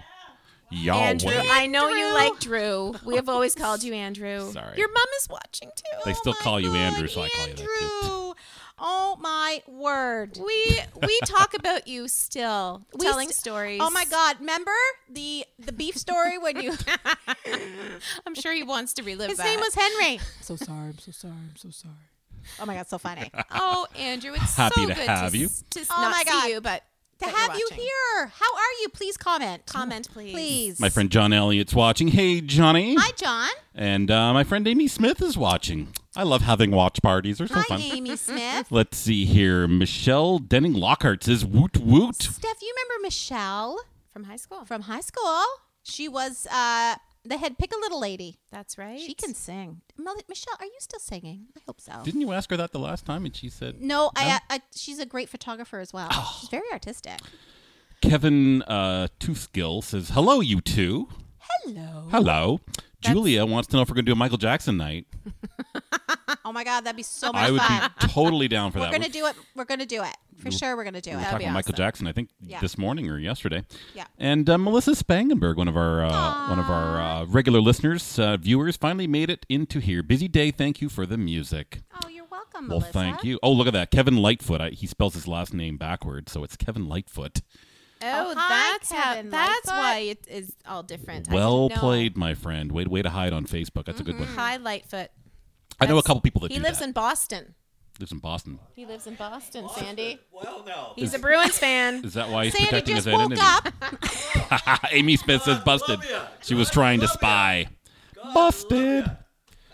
C: Yahweh.
D: Andrew, I know you
B: Andrew.
D: like Drew. We have always called you Andrew.
C: Sorry.
D: Your mom is watching too.
C: They still
B: Oh my
C: call you Andrew, so I call you that,
B: Andrew.
C: too.
B: Oh my word.
D: We we talk about you still,
B: We
D: telling
B: st-
D: stories.
B: Oh my god, remember the the beef story when you
D: I'm sure he wants to relive.
B: His
D: that.
B: name was Henry.
A: So sorry, I'm so sorry, I'm so sorry.
B: Oh my god, so funny.
D: Oh, Andrew, it's
C: Happy
D: so
C: to
D: good
C: have
D: to,
C: you.
D: s- to s-
B: Oh
D: not
B: my
D: see
B: God.
D: you, but
B: to
D: that you're
B: have you
D: watching.
B: here. How are you? Please comment.
D: Comment, please.
B: Please.
C: My friend John Elliott's watching. Hey, Johnny.
B: Hi John.
C: And uh, my friend Amy Smith is watching. I love having watch parties. They're so
B: Hi
C: fun.
B: Amy Smith.
C: Let's see here. Michelle Denning Lockhart says, woot woot.
B: Steph, you remember Michelle
D: from high school.
B: from high school? She was uh the head pick a little lady.
D: That's right.
B: She can sing. Mel- Michelle, are you still singing? I hope so.
C: Didn't you ask her that the last time? And she said,
B: no, I, I, she's a great photographer as well.
C: Oh.
B: She's very artistic.
C: Kevin uh, Toothgill says, hello, you two.
B: Hello.
C: Hello. Julia wants to know if we're going to do a Michael Jackson night.
B: Oh my God, that'd be so much
C: I would
B: fun.
C: be totally down for
B: We're
C: that.
B: gonna do it. We're gonna do it for sure. We're gonna do
C: we were
B: it.
C: talking
D: be
C: about Michael
D: awesome.
C: Jackson, I think,
B: Yeah.
C: this morning or yesterday.
B: Yeah.
C: And uh, Melissa Spangenberg, one of our uh, one of our uh, regular listeners, uh, viewers, finally made it into here. Busy day. Thank you for the music.
B: Oh, you're welcome,
C: Well,
B: Melissa.
C: thank you. Oh, look at that, Kevin Lightfoot. I, he spells his last name backwards, so it's Kevin Lightfoot.
D: Oh,
B: Oh, hi,
D: that's how.
B: Kevin
D: That's
B: Lightfoot.
D: why it is all different. I
C: well
D: didn't know.
C: played, my friend. Way way to hide on Facebook. That's a good one.
D: Hi, Lightfoot.
C: I know a
D: That's-
C: couple people that
D: He
C: do
D: lives
C: that.
D: in Boston.
C: lives in Boston.
D: He lives in Boston, Sandy.
E: Well, no.
D: He's a Bruins fan.
C: Is that why he's
B: Sandy
C: protecting
B: just
C: his
B: woke
C: identity?
B: up.
C: Amy Smith says busted.
E: Columbia.
C: She was trying to spy. Busted.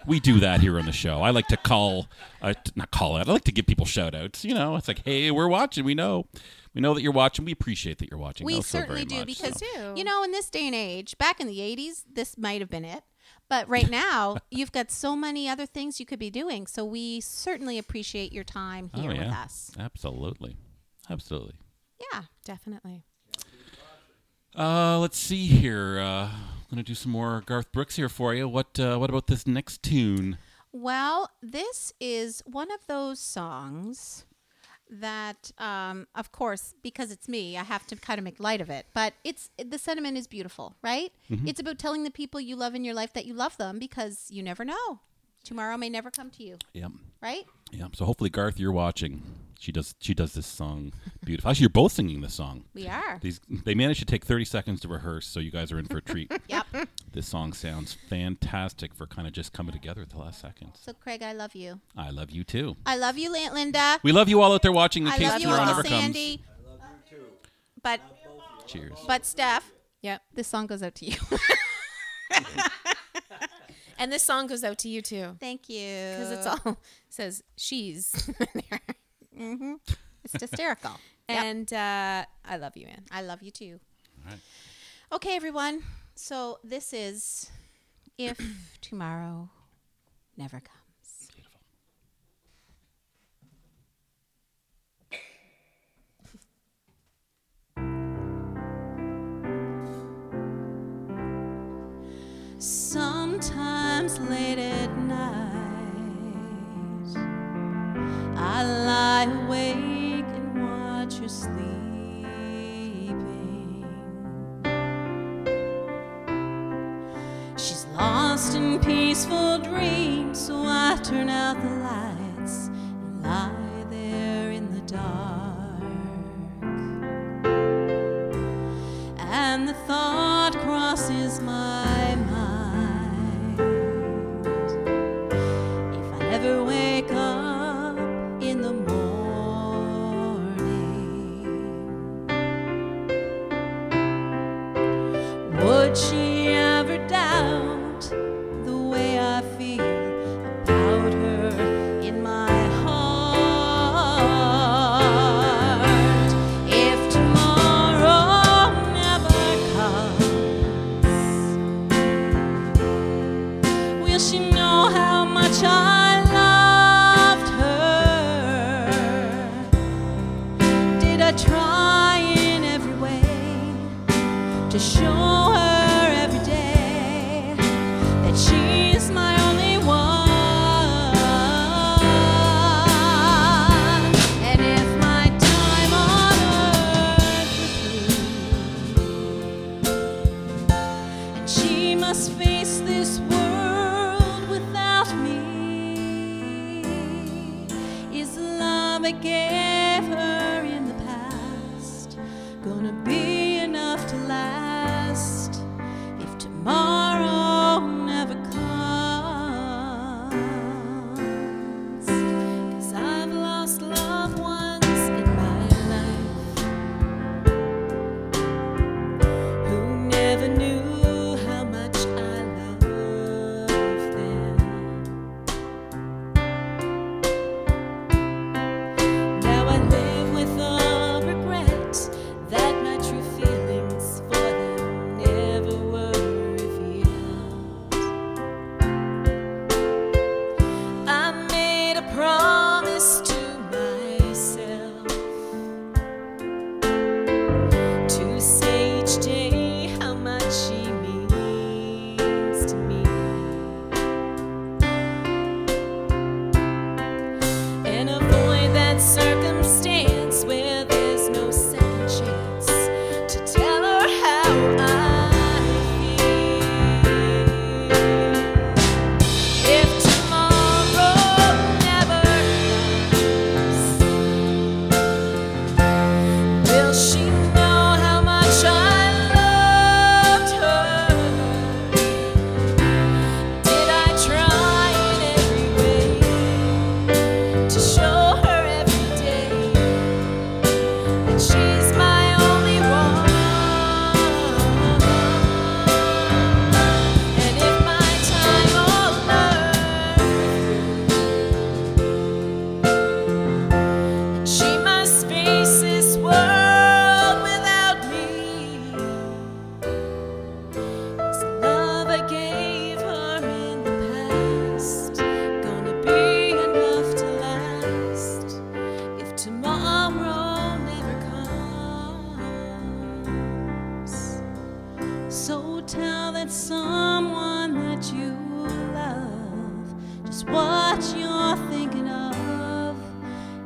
C: We do that here on the show. I like to call, uh, t- not call out. I like to give people shout outs. You know, it's like, hey, we're watching. We know. We know that you're watching. We appreciate that you're watching.
B: We
C: though, so very
B: certainly do
C: much,
B: because
C: so.
D: Do.
B: you know in this day and age, back in the 80s, this might have been it. But right now, you've got so many other things you could be doing. So we certainly appreciate your time
C: oh
B: here
C: yeah,
B: with us.
C: absolutely, absolutely.
B: Yeah.
D: Definitely.
C: Uh, let's see here. Uh, I'm gonna do some more Garth Brooks here for you. What uh, What about this next tune?
B: Well, this is one of those songs that, um, of course, because it's me, I have to kind of make light of it. But it's the sentiment is beautiful, right?
C: Mm-hmm.
B: It's about telling the people you love in your life that you love them because you never know. Tomorrow may never come to you,
C: Yep,
B: right?
C: yep. So hopefully, Garth, you're watching. She does. She does this song beautiful. Actually, you're both singing this song.
B: We are.
C: These they managed to take 30 seconds to rehearse, so you guys are in for a treat.
B: Yep.
C: This song sounds fantastic for kind of just coming together at the last second.
B: So, Craig, I love you.
C: I love you too.
B: I love you, Aunt Linda.
C: We love you all out there watching. In
B: I
C: case
B: love you,
C: tomorrow
B: Uncle
C: never
B: Sandy. But,
C: comes. Cheers.
B: but Steph,
D: Yep.
B: this song goes out to you.
D: And this song goes out to you too.
B: Thank you.
D: Because it's all says she's in there.
B: it's hysterical. Yep.
D: And uh, I love you, Anne.
B: I love you too.
C: All right.
B: Okay, everyone. So this is If Tomorrow Never Comes. Sometimes late at night, I lie awake and watch you sleeping. She's lost in peaceful dreams, so I turn out the lights and lie there in the dark. And the thought crosses my mind. If I ever wake up in the morning, would she ever doubt the way I feel about her in my heart? If tomorrow never comes, Will she know how much I loved her? Did I try in every way to show her every day that she's my only one? And if my time on earth was through, and she must face this world without me. Is the love I gave her in the past gonna be enough to last if tomorrow never comes? Cause I've lost loved ones in my life. Who never knew how much I loved them? Now
A: So tell that someone that you love just what you're thinking of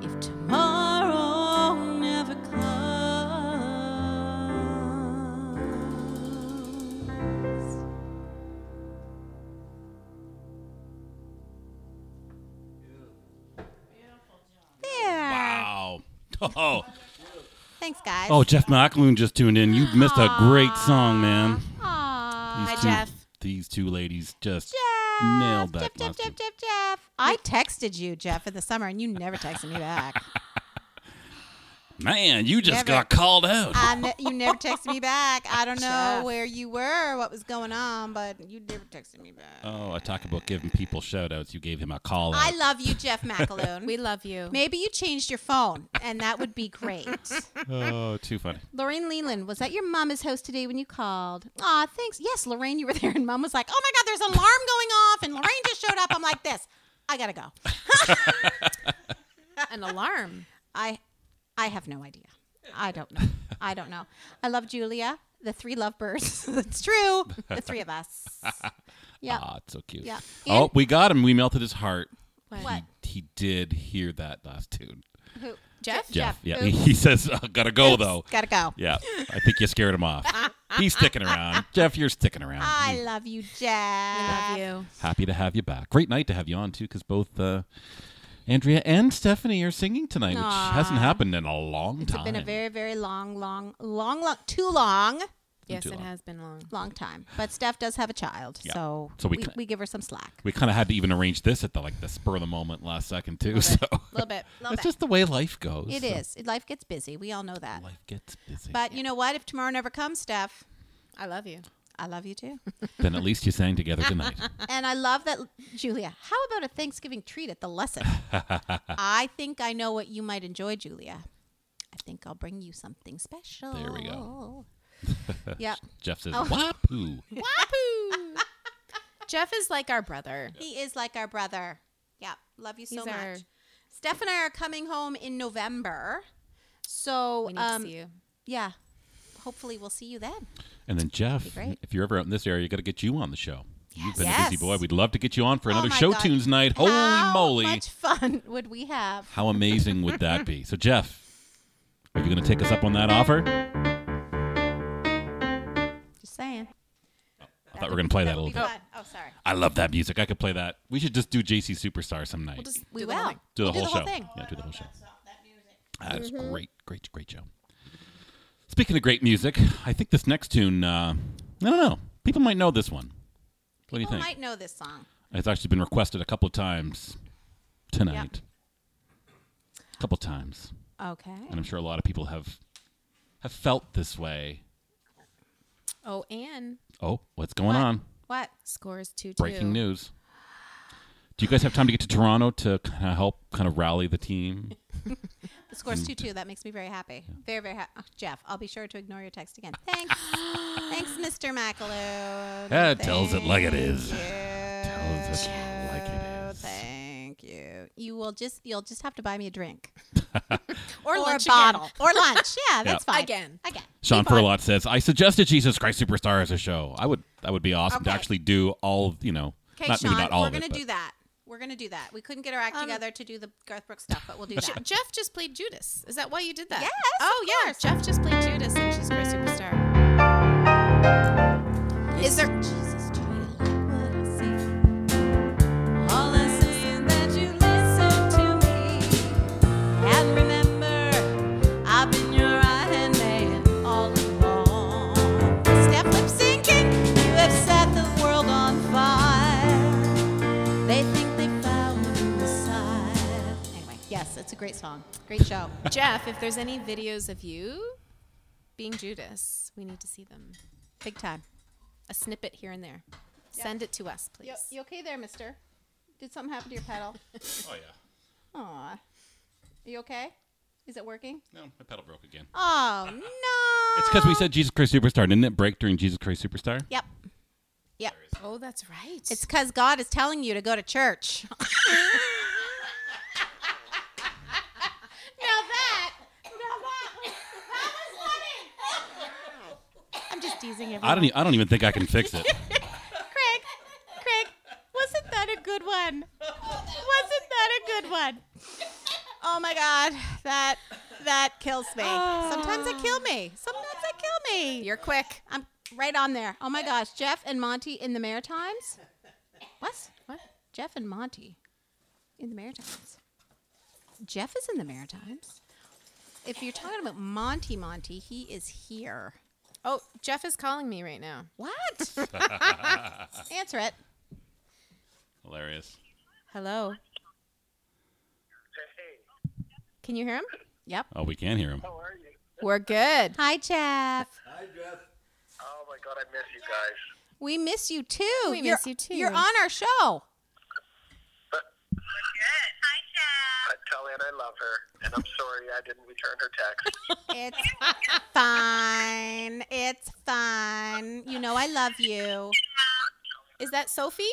A: if tomorrow never comes.
B: There.
C: Wow. Oh,
B: Thanks, guys.
C: oh, Jeff McLoon just tuned in. You missed a great song, man. These
B: Aw.
D: Hi,
C: two,
D: Jeff.
C: These two ladies just
B: Jeff.
C: nailed
B: Jeff,
C: that.
B: Jeff,
C: last
B: Jeff,
C: one.
B: Jeff, Jeff. I texted you, Jeff, in the summer, and you never texted me back.
C: Man, you just
B: Never.
C: got called out.
B: I ne- you never texted me back. I don't know
D: Jeff.
B: where you were, what was going on, but you never texted me back.
C: oh, I talk about giving people shout outs. You gave him a call out.
B: I love you, Jeff McAloon.
D: We love you.
B: Maybe you changed your phone, and that would be great.
C: oh,
B: mm.
C: too funny.
B: Lorraine Leland, was that your mama's house today when you called? Aw, thanks. Yes, Lorraine, you were there, and mom was like, oh my God, there's an alarm going off, and Lorraine just showed up. I'm like, this, I gotta go.
D: An alarm.
B: I I have no idea. I don't know. I don't know. I love Julia, the three lovebirds. it's true. The three of us. Yeah.
C: Ah, it's so cute.
B: Yeah.
C: Oh,
B: And-
C: we got him. We melted his heart.
B: What?
C: He did hear that last tune.
B: Who?
C: Jeff.
D: Jeff?
B: Jeff.
C: Yeah.
B: Oops.
C: He says, uh gotta go
B: Oops,
C: though.
B: Gotta go.
C: Yeah. I think you scared him off. He's sticking around. Jeff, you're sticking around. Mm.
B: I love you, Jeff.
D: We love you.
C: Happy to have you back. Great night to have you on too, because both uh, Andrea and Stephanie are singing tonight,
B: Aw.
C: which hasn't happened in a long
B: It's
C: time.
B: been a very, very long, long, long, long, too long,
D: Yes,
C: too
D: it
C: long.
D: has been long.
B: long time. But Steph does have a child,
C: Yeah.
B: so,
C: So we
B: we,
C: cl-
B: we give her some slack.
C: we kind of had to even arrange this at the like the spur of the moment last second too. So
D: A little bit.
C: that's just the way life goes.
B: It is. Life gets busy. We all know that.
C: Life gets busy.
B: But you know what? If tomorrow never comes, Steph,
D: I love you.
B: I love you too.
C: then at least you sang together tonight.
B: And I love that, Julia. How about a Thanksgiving treat at the lesson? I think I know what you might enjoy, Julia. I think I'll bring you something special.
C: There we go.
B: yep.
C: Jeff says,
B: Oh.
C: "Wapoo."
D: Wahoo! Jeff is like our brother.
B: He is like our brother. Yeah. Love you so
D: He's
B: much.
D: our-
B: Steph and I are coming home in November. So,
D: We need
B: um,
D: to see you.
B: yeah. Hopefully, we'll see you then.
C: And then Jeff,
B: great.
C: if you're ever out in this area, you got to get you on the show. You've been a
B: Yes.
C: busy boy. We'd love to get you on for
B: Oh
C: another
B: my
C: show
B: God.
C: tunes night. Holy
B: How
C: moly!
B: much fun would we have?
C: How amazing would that be? So, Jeff, are you going to take us up on that offer?
B: Just saying.
C: I thought we were going to play that a
B: That'll be
C: little bit.
B: fun. Oh, sorry.
C: I love that music. I could play that. We should just do JC Superstar some night.
D: We'll just
B: We
D: do
B: will.
D: the whole thing.
C: do the
B: we'll
C: whole
B: do
C: show.
B: the whole thing. Mm-hmm.
C: Yeah, do the whole show. That is great, great, great show. Speaking of great music, I think this next tune. Uh, I don't know. People might know this one. What do you
B: People
C: think?
B: might know this song.
C: It's actually been requested a couple of times tonight. A couple times,
B: Okay.
C: and I'm sure a lot of people have have felt this way.
D: Oh, and
C: Oh, what's going on?
B: What?
D: scores 2 2.
C: Breaking news. Do you guys have time to get to Toronto to kind of help kind of rally the team?
B: The score's 2 2. That makes me very happy. Very, very happy. Jeff, I'll be sure to ignore your text again. Thanks. Thanks, Mr. McAloon.
C: That tells it like it is.
B: Thank you.
C: Tells it like it is.
B: Thank you. You will just you'll just have to buy me a drink. or
D: lunch
B: a bottle. Or lunch. Yeah, that's fine.
D: Again.
B: Again.
C: Sean
B: Keep on.
C: Furlot says, "I suggested Jesus Christ Superstar as a show. I would that would be awesome to
B: Okay.
C: actually do all you know.
B: Okay,
C: not,
B: Sean,
C: maybe not all
B: we're
C: of it,
B: gonna
C: but-
B: do that. We're gonna do that. We couldn't get our act
D: Um,
B: together to do the Garth Brooks stuff, but we'll do that.
D: Jeff just played Judas. Is that why you did that?
B: Yes,
D: Oh,
B: of
D: yeah.
B: course.
D: Jeff just played Judas and she's our superstar.
B: Is there
A: Jesus, do you like what I see? All I say is that you listen to me. And remember, I've been your right hand man all along. Step lip syncing, you have set the world on fire. They think they found the Messiah.
B: anyway, yes, it's a great song. Great show.
D: Jeff, if there's any videos of you being Judas, we need to see them.
B: Big time.
D: A snippet here and there. Send it to us, please.
B: You, you okay there, mister? Did something happen to your pedal?
C: Oh yeah,
B: Aw. You okay? Is it working?
C: no, my pedal broke again.
B: Oh, no.
C: It's because we said Jesus Christ Superstar. Didn't it break during Jesus Christ Superstar?
B: Yep. Yep.
D: Oh, that's right.
B: It's because God is telling you to go to church. now that. Now that. That was funny. I'm just teasing everyone.
C: I don't. e- I don't even think I can fix it.
B: Craig, Craig, wasn't that a good one? Wasn't that a good one? Oh my God, that that kills me. Sometimes it kill me. Sometimes it kill me.
D: You're quick.
B: I'm right on there. Oh my gosh, Jeff and Monty in the Maritimes. What? What? Jeff and Monty in the Maritimes. Jeff is in the Maritimes. If you're talking about Monty, Monty, he is here.
D: Oh, Jeff is calling me right now.
B: What? Answer it.
C: Hilarious.
D: Hello. Can you hear him?
B: Yep.
C: Oh, we can hear him.
E: How are you?
D: We're good.
B: Hi, Jeff.
E: Oh my god, I miss you guys.
B: We miss you too.
D: We
B: You're-
D: miss you, too.
B: You're on our show.
E: I tell Ann I love her, and I'm sorry I didn't return her text.
B: It's fine. It's fine. You know I love you.
D: Is that Sophie?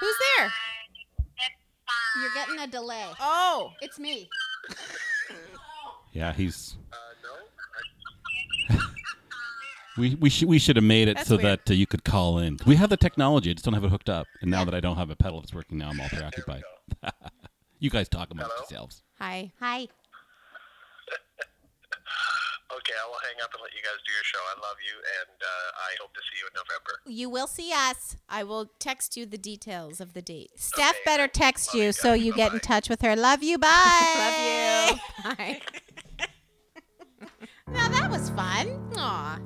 D: Who's there?
B: You're getting a delay.
D: Oh,
B: It's me.
C: Yeah, he's.
E: Uh, no, I,
C: We we should we should have made it
D: That's
C: so
D: weird.
C: that uh, you could call in. We have the technology. I just don't have it hooked up. And now that I don't have a pedal that's working, now I'm all preoccupied. you guys talk amongst
E: Hello?
C: yourselves.
D: hi.
B: Hi.
E: okay, I will hang up and let you guys do your show. I love you, and uh, I hope to see you in November.
B: You will see us.
D: I will text you the details of the date.
B: Steph better text you so you get in touch with her. Love you. Bye.
D: Love you.
B: you.
D: Bye.
B: Now that was fun.
D: Aw.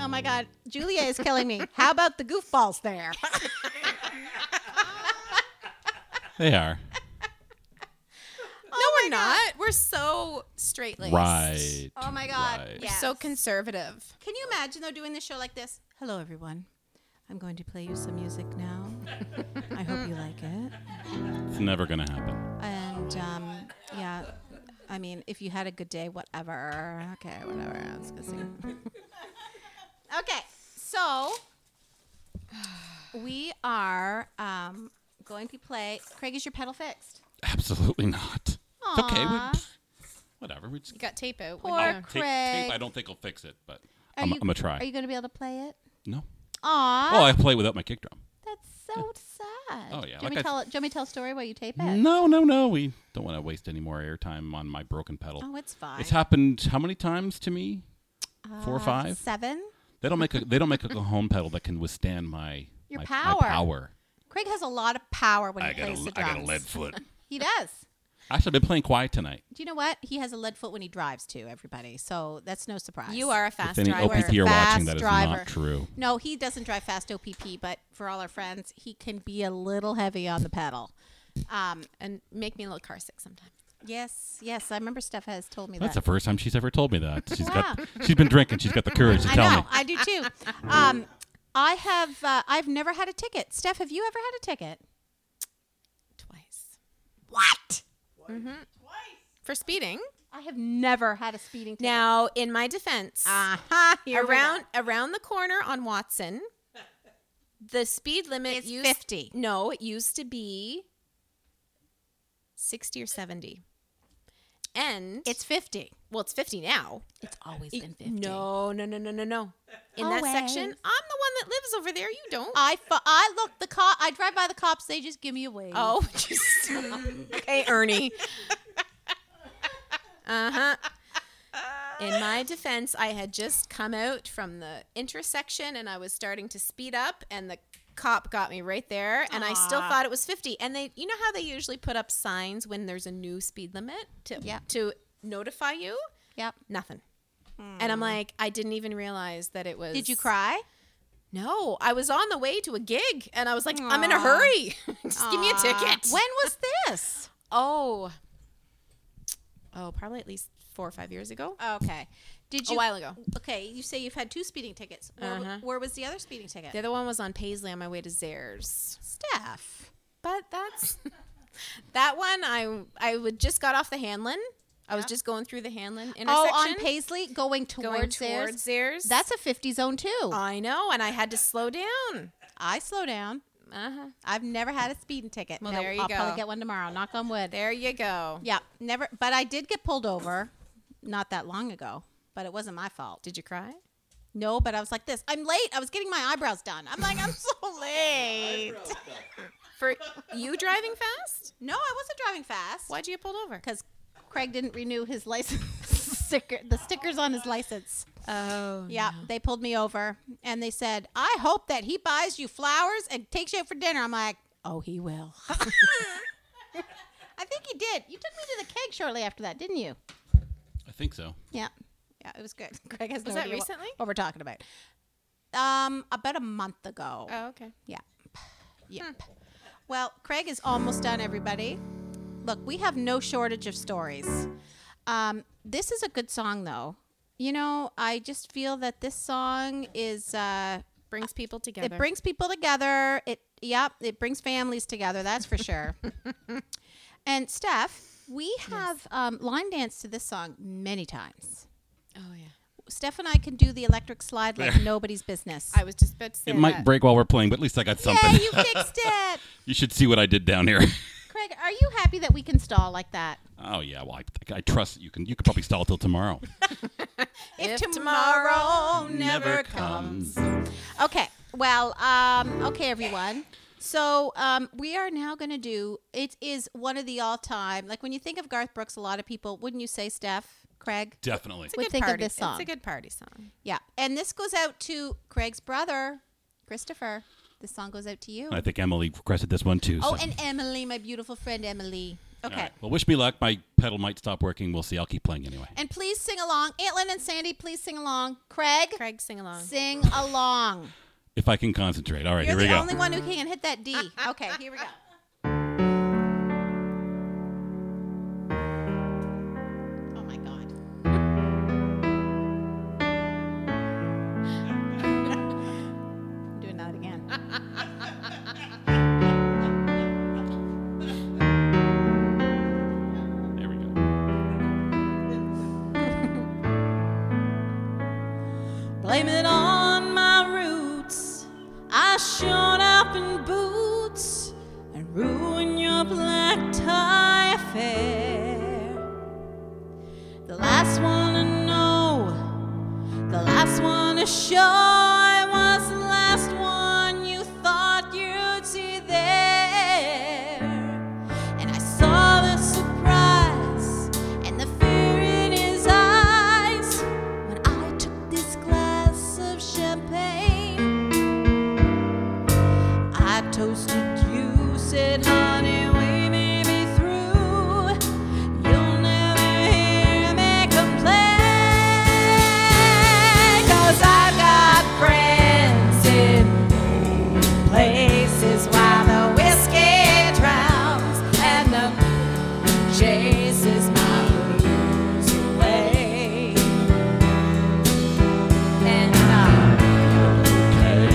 B: Oh my God. Julia is killing me. How about the goofballs there?
C: They are
D: No, we're not. We're so straight laced.
C: right.
B: Oh my God.
C: Right.
B: Yeah.
D: So conservative.
B: Can you imagine though doing the show like this? Hello everyone. I'm going to play you some music now. I hope you like it.
C: It's never gonna happen.
B: And um, yeah, I mean, if you had a good day, whatever. Okay, whatever. I was gonna sing. okay, so we are um, going to play. Craig, is your pedal fixed?
C: Absolutely not. It's okay. We,
B: Aw.
C: whatever. We just
D: You got tape out.
B: Poor
D: wouldn't
C: tape,
B: Craig.
C: tape. I don't think I'll fix it, but
B: Are
C: I'm,
B: you-
C: I'm gonna try.
B: Are you going to be able to play it?
C: no.
B: Aw,
C: Oh, I play without my kick drum.
B: that's so sad.
C: Oh, yeah,
B: Do you,
C: like
B: want me
C: I- Mm.
B: to tell, do you want me to tell a story while you tape it?
C: No, no, no. We don't want to waste any more airtime on my broken pedal.
B: Oh, it's fine.
C: It's happened how many times to me? Four or
B: Uh,
C: five.
B: Seven.
C: They don't make a they don't make a home pedal that can withstand my
B: Your
C: my,
B: power.
C: My power.
B: Craig has a lot of power when he plays the drums.
C: foot.
B: He does.
C: Actually, I've been playing quiet tonight.
B: Do you know what? He has a lead foot when he drives too, everybody. So that's no surprise.
D: You are a fast
C: If any
D: driver.
C: OPP are watching,
B: Fast
C: that is
B: driver.
C: not true.
B: No, he doesn't drive fast OPP, but for all our friends, he can be a little heavy on the pedal. Um,
D: and make me a little car sick sometimes.
B: yes, yes, I remember Steph has told me
C: That's the
B: that.
C: first time she's ever told me that. She's got she's been drinking. She's got the courage to
B: I
C: tell
B: know,
C: me.
B: I do too. Um, I have, uh, I've never had a ticket. Steph, have you ever had a ticket?
D: Twice.
B: What?
D: For speeding.
B: I have never had a speeding ticket.
D: Now, in my defense,
B: uh-huh, here we
D: around
B: go.
D: around the corner on Watson, the speed limit
B: It's
D: used
B: 50.
D: No, it used to be 60 or 70. And
B: it's 50.
D: well, it's 50 now.
B: It's always been 50.
D: No, no, no, no, no, no. In that section, I'm the
B: Always.
D: one that lives over there. You don't.
B: I, fu- I look the cop. I drive by the cops. They just give me a wave.
D: oh, just okay, Ernie. Uh huh. In my defense, I had just come out from the intersection and I was starting to speed up, and the cop got me right there, and I still thought it was 50. And they, you know how they usually put up signs when there's a new speed limit to
B: Yeah.
D: to notify you?
B: yep.
D: Nothing. And I'm like, I didn't even realize that it was.
B: Hmm. Did you cry?
D: No, I was on the way to a gig, and I was like, I'm in a hurry. just give me a ticket.
B: When was this?
D: Oh. Oh, probably at least four or five years ago.
B: Okay. Did
D: A
B: you
D: while ago.
B: Okay, you say you've had two speeding tickets. Where, w-
D: Uh-huh.
B: where was the other speeding ticket?
D: The other one was on Paisley on my way to Zares.
B: Steph.
D: But that's that one I I would just got off the Hanlon. I was just going through the Hanlon intersection.
B: Oh, on Paisley going towards,
D: going towards Uh,
B: theirs.
D: Zares.
B: That's a 50 zone too.
D: I know, and I had to slow down.
B: I slow down.
D: Uh-huh.
B: I've never had a speeding ticket.
D: Well,
B: No,
D: there you
B: I'll
D: go.
B: probably get one tomorrow. Knock on wood.
D: There you go.
B: Yeah, never. But I did get pulled over, not that long ago. but it wasn't my fault.
D: Did you cry?
B: No, but I was like this. I'm late. I was getting my eyebrows done. I'm like, I'm so late.
D: For you driving fast?
B: No, I wasn't driving fast.
D: Why'd you get pulled over?
B: Because Craig didn't renew his license sticker, the stickers on his license.
D: Oh.
B: Yeah, they pulled me over and they said, I hope that he buys you flowers and takes you out for dinner. I'm like, oh, he will. I think he did. You took me to the keg shortly after that, didn't you?
C: I think so.
B: Yeah. Yeah, it was good. Craig has no
D: Was that
B: idea what-
D: recently?
B: What, we're talking about. Um, about a month ago.
D: Oh, okay.
B: Yep. Yep. Well, Craig is almost done, everybody. Look, we have no shortage of stories. Um, this is a good song, though. You know, I just feel that this song is. Uh,
D: Brings people together.
B: it brings people together. It yep, it brings families together. That's for sure. and Steph, we have um, line danced to this song many times.
D: oh yeah.
B: Steph and I can do the electric slide like
C: There.
B: nobody's business.
D: I was just about to say
C: It might
D: that.
C: break while we're playing, but at least I got something.
B: Yay, you fixed it,
C: You should see what I did down here.
B: Craig. Are you happy that we can stall like that?
C: oh yeah, well I, I trust that you can. You could probably stall till tomorrow.
B: If,
D: If
B: tomorrow,
D: tomorrow
B: never comes. Okay. Well, um, okay, everyone. So um, we are now going to do. It is one of the all-time. Like when you think of Garth Brooks, a lot of people wouldn't you say, Steph, Craig?
C: Definitely.
B: would
D: Good
B: think of
D: party-
B: this song.
D: It's a good party song.
B: Yeah. And this goes out to Craig's brother, Christopher. This song goes out to you.
C: I think Emily requested this one too.
B: Oh,
C: so-
B: and Emily, my beautiful friend Emily.
C: All
B: Okay.
C: right. Well, wish me luck. My pedal might stop working. We'll see. I'll keep playing anyway.
B: And please sing along. Antlin and Sandy, please sing along. Craig,
D: Craig, sing along.
B: sing along.
C: If I can concentrate. All right,
B: You're
C: here we
B: the
C: go.
B: only one who can hit that D. Okay, here we go. Oh my God. I'm doing that again.
C: there we go.
A: Blame it on my roots. I showed up in boots and ruined your black tie affair. The last one to know, the last one to show, I was the last one you thought you'd see there and I saw the surprise and the fear in his eyes when I took this glass of champagne. I toasted you, said, honey, we may be through. You'll never hear me complain, 'cause I've got friends in places while the whiskey drowns and the chases my blues away. And I'm okay.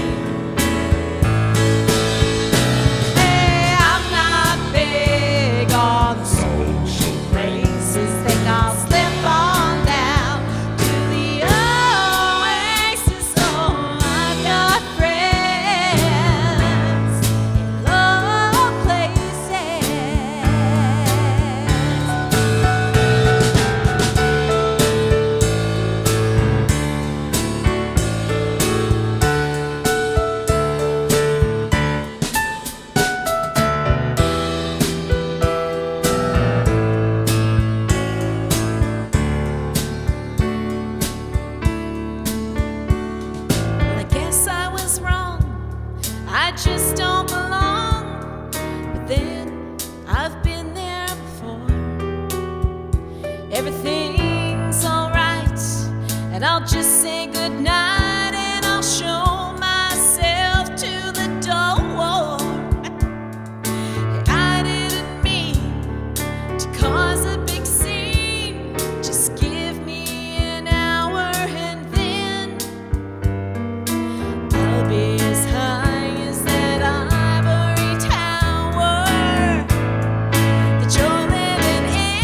A: Hey, I'm not big on social graces. Think I'll slip on down to the oasis. Oh, I've got friends in low places. Well, I guess I was wrong. I just don't belong. But then I've been there before. Everything's alright, and I'll just say goodnight and I'll show myself to the door. I didn't mean to cause a big scene. Just give me an hour and then I'll be as high as that ivory tower that you're living in.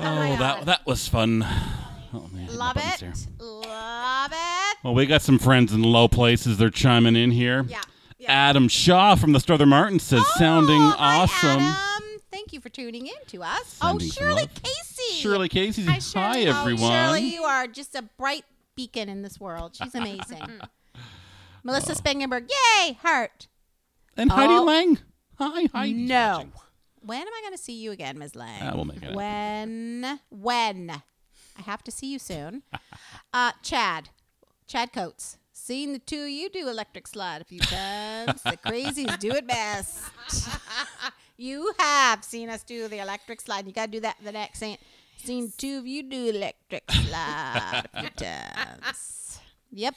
C: Oh, that that was fun. Oh, man, I hit my
B: Love
C: buttons
B: it.
C: here.
B: Love it.
C: Well, we got some friends in low places. They're chiming in here.
B: Yeah. Yeah.
C: Adam Shaw from the Strother Martin says, sounding
B: Oh, hi,
C: awesome.
B: Adam. Thank you for tuning in to us.
C: Sending
B: oh,
C: some
B: Shirley
C: love.
B: Casey.
C: Shirley Casey.
B: Hi,
C: says, Hi,
B: Shirley.
C: everyone.
B: Oh, Shirley, you are just a bright beacon in this world. She's amazing. Melissa Spangenberg. Yay, heart.
C: And Heidi
B: Oh.
C: Lang. Hi, Heidi.
D: No.
B: When am I going to see you again, Ms. Lang?
C: Ah, we'll make it
B: When? When? I have to see you soon. Uh, Chad. Chad Coates. Seen the two of you do electric slide a few times. the crazies do it best. you have seen us do the electric slide. You got to do that in the accent. Seen the two of you do electric slide a few times. Yep.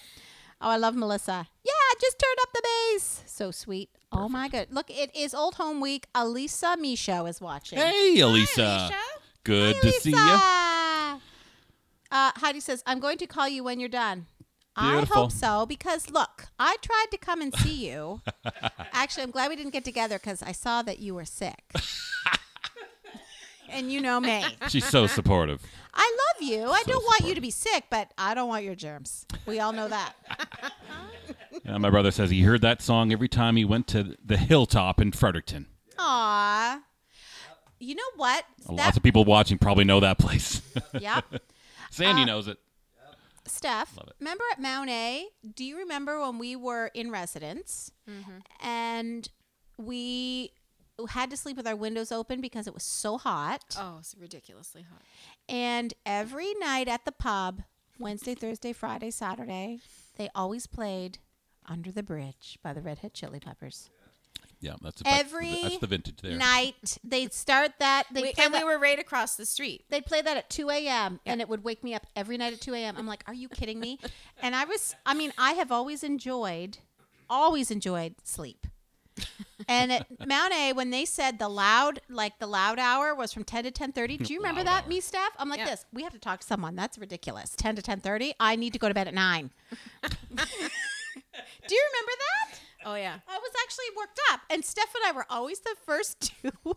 B: Oh, I love Melissa. Yeah, just turned up the bass. So sweet. Oh my good. Look, it is old home week. Elisa Micho is watching.
C: Hey, Elisa. Good to see you.
B: Lisa. Uh, Heidi says, I'm going to call you when you're done. I
C: Beautiful.
B: hope so because look, I tried to come and see you. Actually, I'm glad we didn't get together because I saw that you were sick. and you know me.
C: She's so supportive.
B: I love you. I don't want you to be sick, but I don't want your germs. We all know that.
C: Yeah, my brother says he heard that song every time he went to the hilltop in Fredericton.
B: Aw. You know what?
C: Lots of people watching probably know that place.
B: yeah. Uh,
C: Sandy knows it.
B: Steph, remember at Mount A? Do you remember when we were in residence
D: Mm-hmm.
B: and we had to sleep with our windows open because it was so hot?
D: Oh, it's ridiculously hot.
B: And every night at the pub, Wednesday, Thursday, Friday, Saturday, they always played Under the Bridge by the Red Hot Chili Peppers.
C: Yeah, that's, that's,
B: Every
C: that's the vintage there.
B: Night they'd start that they
D: We, and we were right across the street.
B: They'd play that at 2 a.m. and it would wake me up every night at 2 a.m. I'm like, are you kidding me? and I was, I mean, I have always enjoyed, always enjoyed sleep. And at Mount A, when they said the loud, like the loud hour was from 10 to 10:30, do you remember that, me, Steph? I'm like
D: Yeah.
B: this. We have to talk to someone. That's ridiculous. 10 to 10:30. I need to go to bed at nine. do you remember that?
D: Oh yeah.
B: I was actually worked up. And Steph and I were always the first two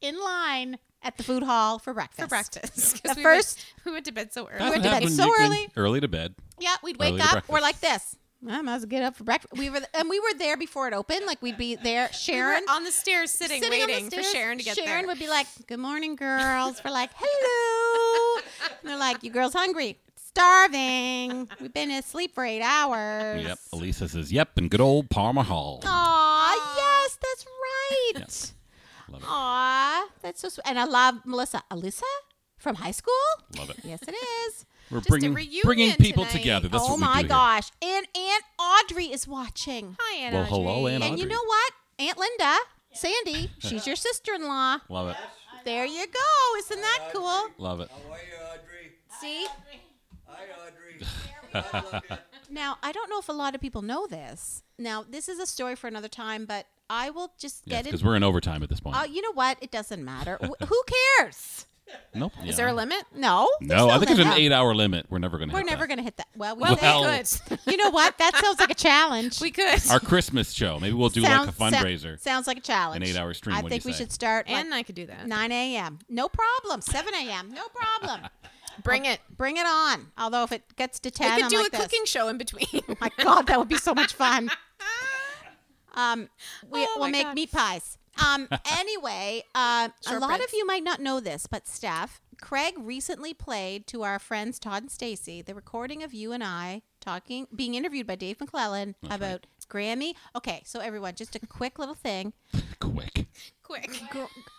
B: in line at the food hall for breakfast.
D: For breakfast.
B: The
D: 'Cause we
B: first-
D: went, we went to bed so early.
C: That's
B: went to
C: what
B: bed
C: happened
B: so
C: when-
B: early.
C: Early to bed.
B: Yeah, we'd
C: Early
B: wake
C: to
B: up.
C: Oh, breakfast.
B: We're like this. I might as well get up for breakfast. We were, and we were there before it opened. Like we'd be there.
D: We were
B: Sharon
D: on the stairs sitting,
B: sitting on the
D: waiting for
B: stairs.
D: Sharon to get
B: Sharon
D: there.
B: would be like, "Good morning, girls." We're like, "Hello." and they're like, "You girls hungry? Starving. We've been asleep for eight hours."
C: Yep. Elisa says, yep, and good old Palmer Hall.
B: Aw, yes, that's right.
C: Love it.
B: Aw, that's so sweet. And I love Melissa. Alyssa from high school?
C: Love it.
B: Yes, it is.
C: We're
D: Just a
C: bringing,
D: reunion
C: bringing people
D: tonight.
C: together. That's
B: oh
C: what we
B: my
C: do
B: gosh. And Aunt Audrey is watching.
D: Hi, Aunt
C: Well, hello,
D: Audrey.
C: Aunt
B: And you
C: Audrey.
B: know what? Aunt Linda, Sandy, she's your sister in law.
C: Here. Love it.
B: There you go. Isn't that cool?
C: Love it.
F: How are you, Audrey?
B: See?
F: Hi, Audrey. I love you.
B: Now, I don't know if a lot of people know this. Now, this is a story for another time, but I will just
C: Yes,
B: get
C: because
B: it.
C: we're in overtime at this point.
B: Oh, you know what? It doesn't matter. Wh- Who cares?
C: nope. yeah.
D: Is there a limit?
B: No. there's
C: No, I think there's an
B: limit.
C: eight-hour limit. We're never going to.
B: We're never going to hit that. Well, we
D: Well,
B: did.
C: Well-
D: they could.
B: You know what? That sounds like a challenge.
D: We could.
C: Our Christmas show. Maybe we'll do like a
B: Sounds- sou-
C: fundraiser.
B: sounds like a challenge.
C: An eight-hour stream,
B: I
C: what do
B: think
C: you
B: we
C: say?
B: should start
D: and
B: like
D: I could do that.
B: 9 a.m. No problem. 7 a.m. No problem.
D: Bring it.
B: Bring it on. Although if it gets to 10,
D: We could
B: I'm
D: do
B: like
D: a
B: this.
D: cooking show in between.
B: My God, that would be so much fun. Um, we,
D: Oh,
B: we'll
D: my
B: make
D: God.
B: meat pies. Um, anyway, uh, a lot
D: Shortbreads.
B: of you might not know this, but Steph, Craig recently played to our friends Todd and Stacy the recording of you and I talking, being interviewed by Dave McClellan about Grammy. Okay, so everyone, just a quick little thing
C: Quick.
D: Quick.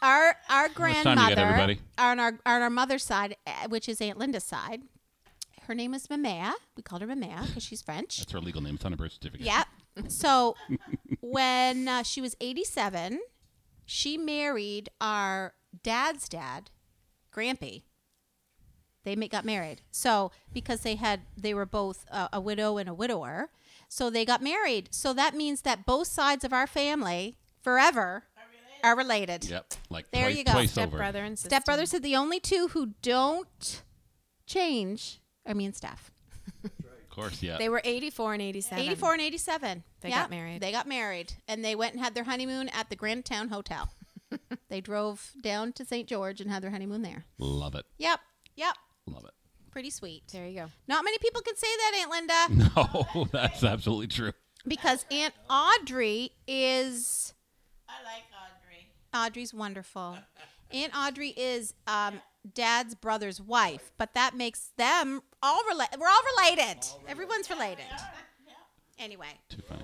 B: our our
C: much time do you
B: grandmother
C: got, everybody?
B: on our on our mother's side, uh, which is Aunt Linda's side. Her name was Mamea. We called her Mamea because she's French.
C: That's her legal name. It's on her birth certificate.
B: Yep. So when uh, she was 87, she married our dad's dad, Grampy. They ma- got married. So because they had they were both uh, a widow and a widower, so they got married. So that means that both sides of our family forever are related.
C: Yep. Like
B: There
C: twice,
B: you go.
C: twice
D: Step
C: over.
D: brother and sister.
B: Stepbrother said the only two who don't change are me and Steph.
C: Of course. Yeah.
D: They were 84 and 87.
B: 84 and 87.
D: They
B: Yeah,
D: got married.
B: They got married. And they went and had their honeymoon at the Grand Town Hotel. they drove down to St. George and had their honeymoon there.
C: Love it.
B: Yep. Yep.
C: Love it.
B: Pretty sweet.
D: There you go.
B: Not many people can say that, Aunt Linda.
C: No, that's absolutely true.
B: because Aunt Audrey is
G: I like Audrey.
B: Audrey's wonderful. Aunt Audrey is um, Dad's brother's wife, but that makes them all related. We're all related. Everyone's related. Anyway,
C: Too funny.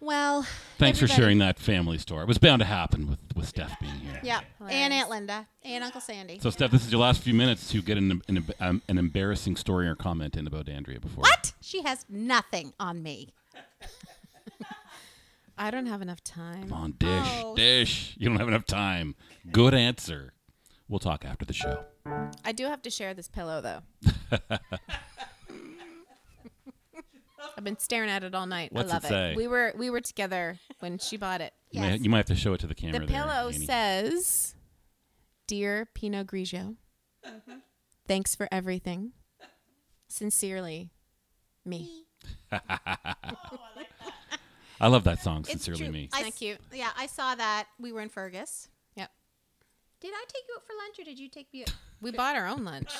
B: well,
C: Thanks for
B: everybody-
C: sharing that family story. It was bound to happen with, with Steph being here.
B: Yeah, and
D: Hilarious.
B: Aunt Linda and Uncle Sandy.
C: So, Steph, this is your last few minutes to get an an, um, an embarrassing story or comment in about Andrea before.
B: what? She has nothing on me.
D: I don't have enough time.
C: Come on, dish,
B: Oh.
C: dish. You don't have enough time. Good answer. We'll talk after the show.
D: I do have to share this pillow though. I've been staring at it all night.
C: What's
D: I love
C: it say?
D: We were we were together when she bought it.
C: You, may, you might have to show it to the camera.
D: The
C: there,
D: pillow
C: Annie.
D: says, "Dear Pinot Grigio,
C: Uh-huh.
D: thanks for everything. Sincerely, me."
C: I love that song,
B: It's
C: Sincerely
B: true.
C: Me.
B: I
D: Isn't
B: s-
D: that cute?
B: Yeah, I saw that. We were in Fergus.
D: Yep.
B: Did I take you out for lunch or did you take me?
D: We bought our own lunch.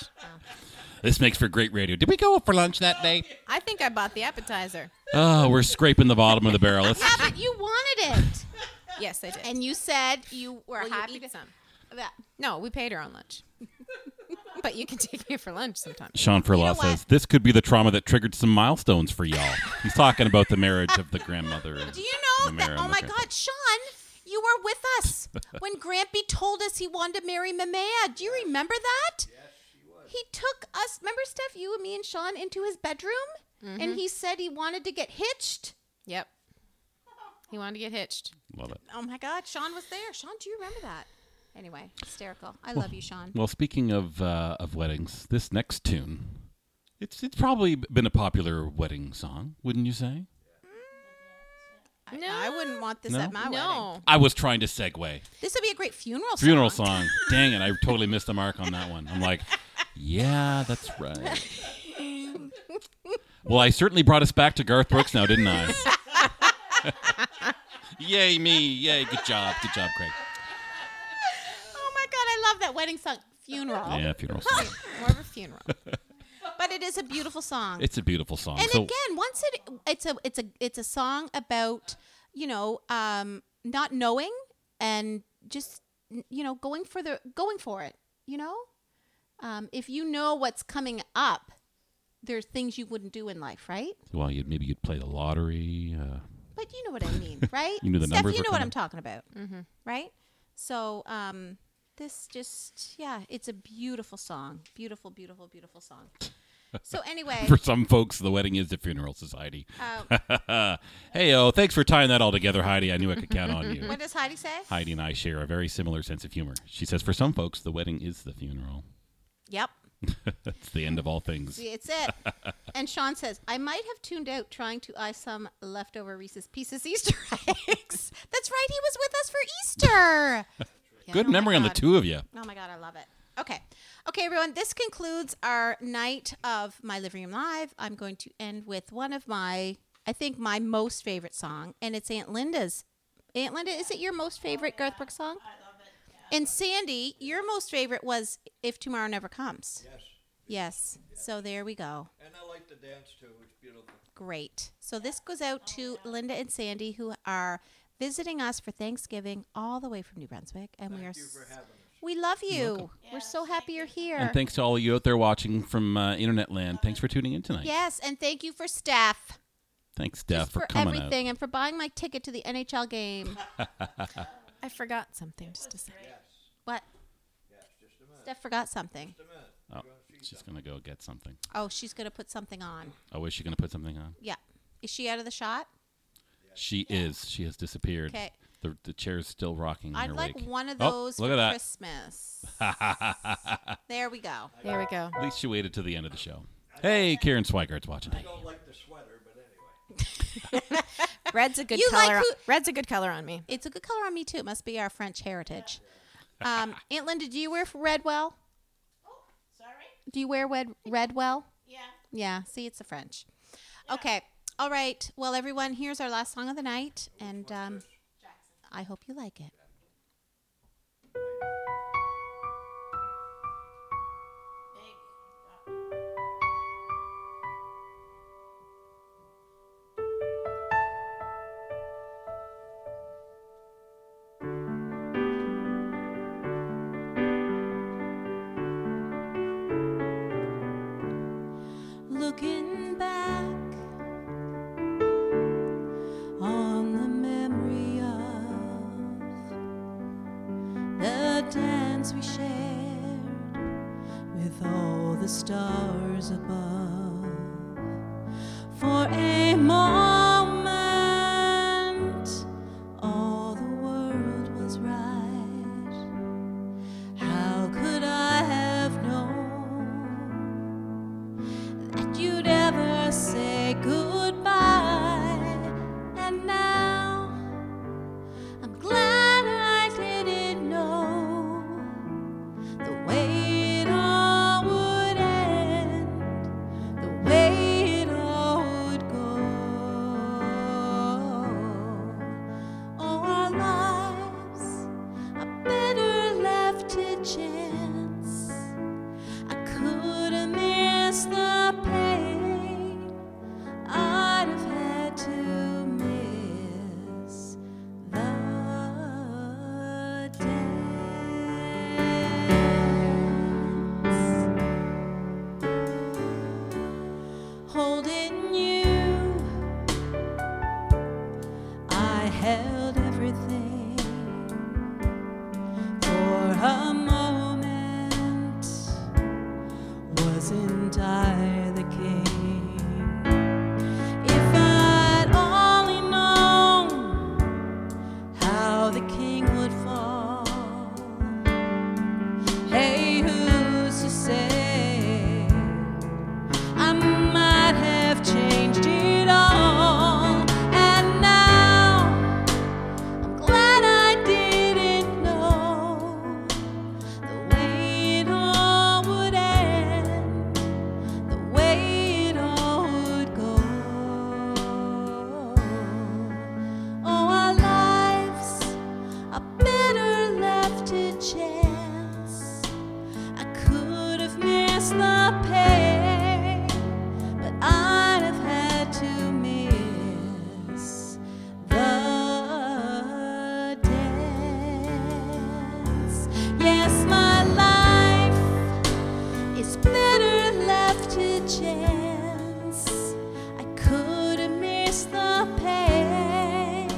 C: This makes for great radio. Did we go out for lunch that day?
D: I think I bought the appetizer.
C: Oh, we're scraping the bottom of the barrel. Let's-
B: yeah, but you wanted it,
D: Yes, I did.
B: and you said you were
D: Will you
B: happy
D: eat
B: to.
D: some?
B: Yeah.
D: No, we paid her on lunch. but you can take me for lunch sometime.
C: Sean Furlaw
B: what?
C: says, This could be the trauma that triggered some milestones for y'all. He's talking about the marriage of the grandmother. and
B: Do you
C: the
B: know
C: mayor
B: that?
C: and
B: Oh
C: the
B: my
C: grandpa.
B: God, Sean, you were with us when Grampy told us he wanted to marry Mamea. Do you remember that? He took us, remember, Steph, you and me and Sean into his bedroom,
C: Mm-hmm.
B: and he said he wanted to get hitched.
D: Yep. He wanted to get hitched.
C: Love it.
B: Oh my God, Sean was there. Sean, do you remember that? Anyway, hysterical. I love you, Sean.
C: Well, speaking of uh, of weddings, this next tune, it's it's probably been a popular wedding song, wouldn't you say?
D: No,
B: I wouldn't want this
C: No?
B: at my wedding.
D: No.
C: I was trying to segue.
B: This would be a great funeral song.
C: Funeral song. Dang it, I totally missed the mark on that one. I'm like, yeah, that's right. Well, I certainly brought us back to Garth Brooks now, didn't I? yay me, yay, good job, good job, Craig.
B: Oh my God, I love that wedding song, funeral.
C: Yeah, funeral song.
D: More of a funeral.
B: But it is a beautiful song.
C: It's a beautiful song.
B: and
C: so
B: again once it it's a it's a it's a song about you know um not knowing and just n- you know going for the going for it you know um if you know what's coming up there's things you wouldn't do in life right
C: well, you'd maybe you'd play the lottery. Uh,
B: but you know what i mean right
C: You knew the
B: Steph,
C: numbers
B: you
C: were
B: know what
C: coming.
B: i'm talking about mm-hmm. right so um this just yeah it's a beautiful song beautiful beautiful beautiful song so anyway
C: for some folks, the wedding is the funeral society.
B: uh,
C: hey, oh, thanks for tying that all together, Heidi. I knew I could count on you.
B: what does heidi say
C: Heidi and I share a very similar sense of humor. She says, for some folks, the wedding is the funeral.
B: yep
C: That's the end of all things.
B: See, it's it. and Sean says, I might have tuned out trying to eye some leftover Reese's Pieces Easter eggs. That's right, he was with us for Easter. Yeah.
C: Good
B: Oh my
C: memory on the
B: God.
C: two of you.
B: Oh my God, I love it. Okay. Okay, everyone, this concludes our night of My Living Room Live. I'm going to end with one of my, I think, my most favorite song, and it's Aunt Linda's. Aunt Linda, is it your most favorite Garth Brooks song? I love it. And Sandy, your most favorite was If Tomorrow Never Comes.
F: Yes.
B: Yes. So there we go.
F: And I like the dance too. It's beautiful.
B: Great. So this goes out to Linda and Sandy, who are visiting us for Thanksgiving all the way from New Brunswick, and we are
F: Thank you for
B: s-
F: having us.
B: we love you. We're so happy you're here.
C: And thanks to all of you out there watching from uh, Internet Land. Thanks for tuning in tonight.
B: yes, and thank you for staff
C: Thanks, Steph,
B: for,
C: coming out.
B: everything and for buying my ticket to the NHL game.
D: I forgot something just a second.
B: what?
F: Yes, just a minute.
B: Steph forgot something.
F: Just a minute.
C: Oh,
F: You're gonna see
C: she's going to go get something.
B: Oh, she's gonna put something on.
C: Oh, is she going to put something on?
B: Yeah. Is she out of the shot?
C: She is. She has disappeared.
B: 'Kay.
C: The, the chair's still rocking in
B: I'd
C: her
B: like
C: wake.
B: one of
C: Oh,
B: those
C: look
B: for
C: at that.
B: Christmas. there we go.
D: There we go.
C: At least she waited to the end of the show. Hey, Karen Sweigart's watching.
F: I don't like the sweater, but anyway.
D: Red's a good
B: You like
D: color.
B: who-
D: Red's a good color on me.
B: It's a good color on me too. It must be our French heritage. Um, Aunt Linda, do you wear f- red well?
G: Oh, Sorry?
B: Do you wear red red well?
G: Yeah.
B: Yeah. See, it's the French. Okay. All right. Well, everyone, here's our last song of the night, and um, I hope you like it.
G: Big
A: stars we shared with all the stars above for a moment all the world was right how could i have known that you'd ever say goodbye and now i'm glad i didn't know the way it all would end the way it all would go. Oh, our lives are better left to chance. I could have missed the pain I'd have had to miss the dance holding you. I held everything for a moment. Wasn't I the king? If I'd only known how the king would fall. Hey, who's to say? I might have changed it all. And now I'm glad I didn't know the way it all would end, the way it all would go. Oh, our lives are better left to chance. I could have missed the pain, but I'd have had to miss the dance. Yes, my life is better left to chance. I could have missed the pain,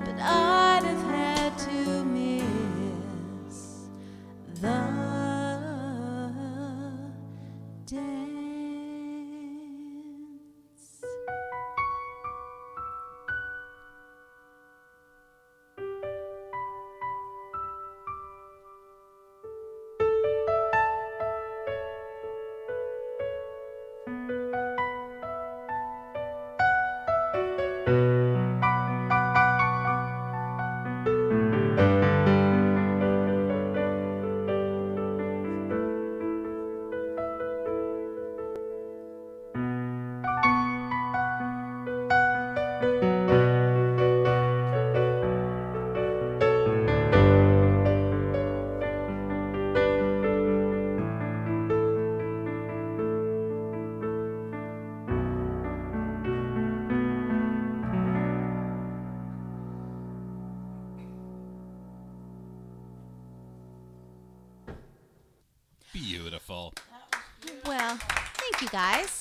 A: but I'd have had to miss the dance.
C: Beautiful.
B: Well, thank you guys.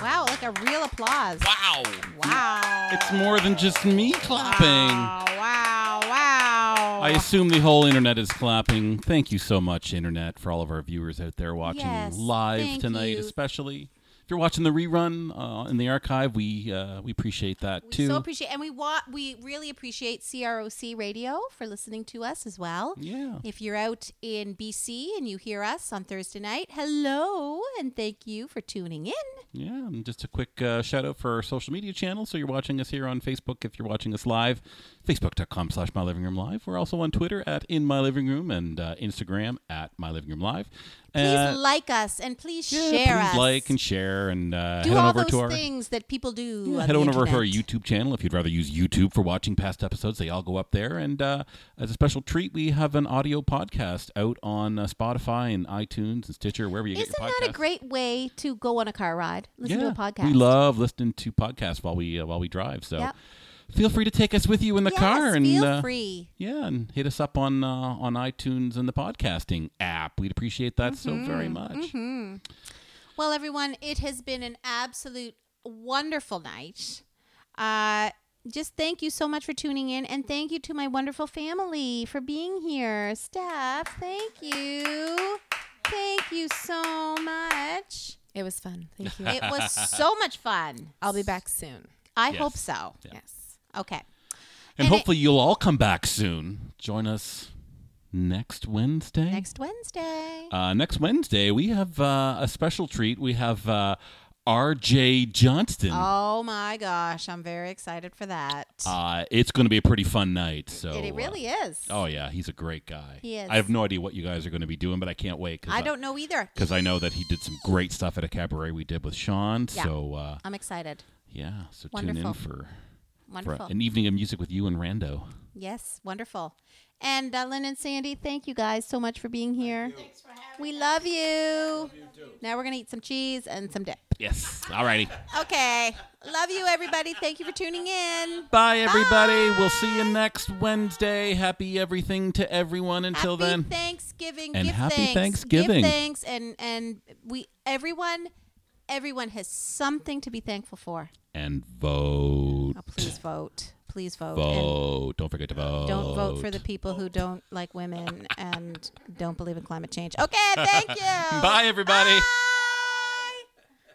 B: Wow, like a real applause.
C: Wow.
B: Wow.
C: It's more than just me clapping.
B: Wow, wow, wow.
C: I assume the whole internet is clapping. Thank you so much, internet, for all of our viewers out there watching
B: Yes,
C: live
B: thank
C: tonight,
B: you.
C: especially. If you're watching the rerun uh, in the archive, we uh, we appreciate that
B: we
C: too.
B: so appreciate and we want we really appreciate CROC radio for listening to us as well.
C: yeah.
B: If you're out in BC and you hear us on Thursday night, hello and thank you for tuning in.
C: Yeah, and just a quick uh, shout out for our social media channels. So you're watching us here on Facebook. If you're watching us live, facebook.com slash my living room live. We're also on Twitter at in my living room and uh, Instagram at my living room live.
B: Please
C: Uh,
B: like us and please
C: yeah,
B: share
C: please
B: us.
C: like and share and uh,
B: do
C: head
B: all
C: on over
B: those
C: to our
B: things that people do.
C: yeah,
B: on
C: head
B: the
C: on over to our
B: internet.
C: YouTube channel if you'd rather use YouTube for watching past episodes. They all go up there. And uh, as a special treat, we have an audio podcast out on uh, Spotify and iTunes and Stitcher, wherever you
B: Isn't
C: get your podcasts.
B: that a great way to go on a car ride? Listen to a podcast.
C: We love listening to podcasts while we uh, while we drive. So
B: Yep.
C: feel free to take us with you in the
B: yes,
C: car and
B: feel
C: uh,
B: free.
C: yeah, and hit us up on uh, on iTunes and the podcasting app. We'd appreciate that
B: Mm-hmm,
C: so very much.
B: Well, everyone, it has been an absolute wonderful night. Uh, just thank you so much for tuning in and thank you to my wonderful family for being here. Steph, thank you. Thank you so much.
D: It was fun. Thank you.
B: It was so much fun.
D: I'll be back soon.
B: I
C: Yes.
B: hope so.
D: Yes.
B: Okay.
C: And,
B: And it-
C: hopefully you'll all come back soon. Join us next Wednesday.
B: Next Wednesday.
C: Uh, next Wednesday, we have uh, a special treat. We have uh, R.J. Johnston.
B: Oh my gosh, I'm very excited for that.
C: Uh, it's going to be a pretty fun night. So
B: it, it
C: uh,
B: really is.
C: Oh yeah, he's a great guy.
B: He is.
C: I have no idea what you guys are going to be doing, but I can't wait. Cause
B: I don't know either.
C: because I know that he did some great stuff at a cabaret we did with Sean.
B: Yeah.
C: So uh,
B: I'm excited.
C: yeah, so tune
B: Wonderful.
C: in for, for
B: Wonderful.
C: an evening of music with you and Rando.
B: Yes, wonderful. And uh, Lynn and Sandy, thank you guys so much for being here. Thanks for having we love you. Now we're going to eat some cheese and some dip.
C: Yes. Alrighty.
B: Okay. Love you, everybody. Thank you for tuning in.
C: Bye everybody. We'll see you next Wednesday. Happy everything to everyone. Until
B: happy
C: then.
B: Thanksgiving.
C: And
B: give
C: happy
B: thanks.
C: Thanksgiving.
B: Give thanks, and and we everyone, everyone has something to be thankful for.
C: and vote.
B: Oh, please vote. Please vote. And
C: Vote. Don't forget to vote.
B: don't vote for the people who don't like women and don't believe in climate change. Okay. Thank you.
C: Bye everybody.
B: Bye.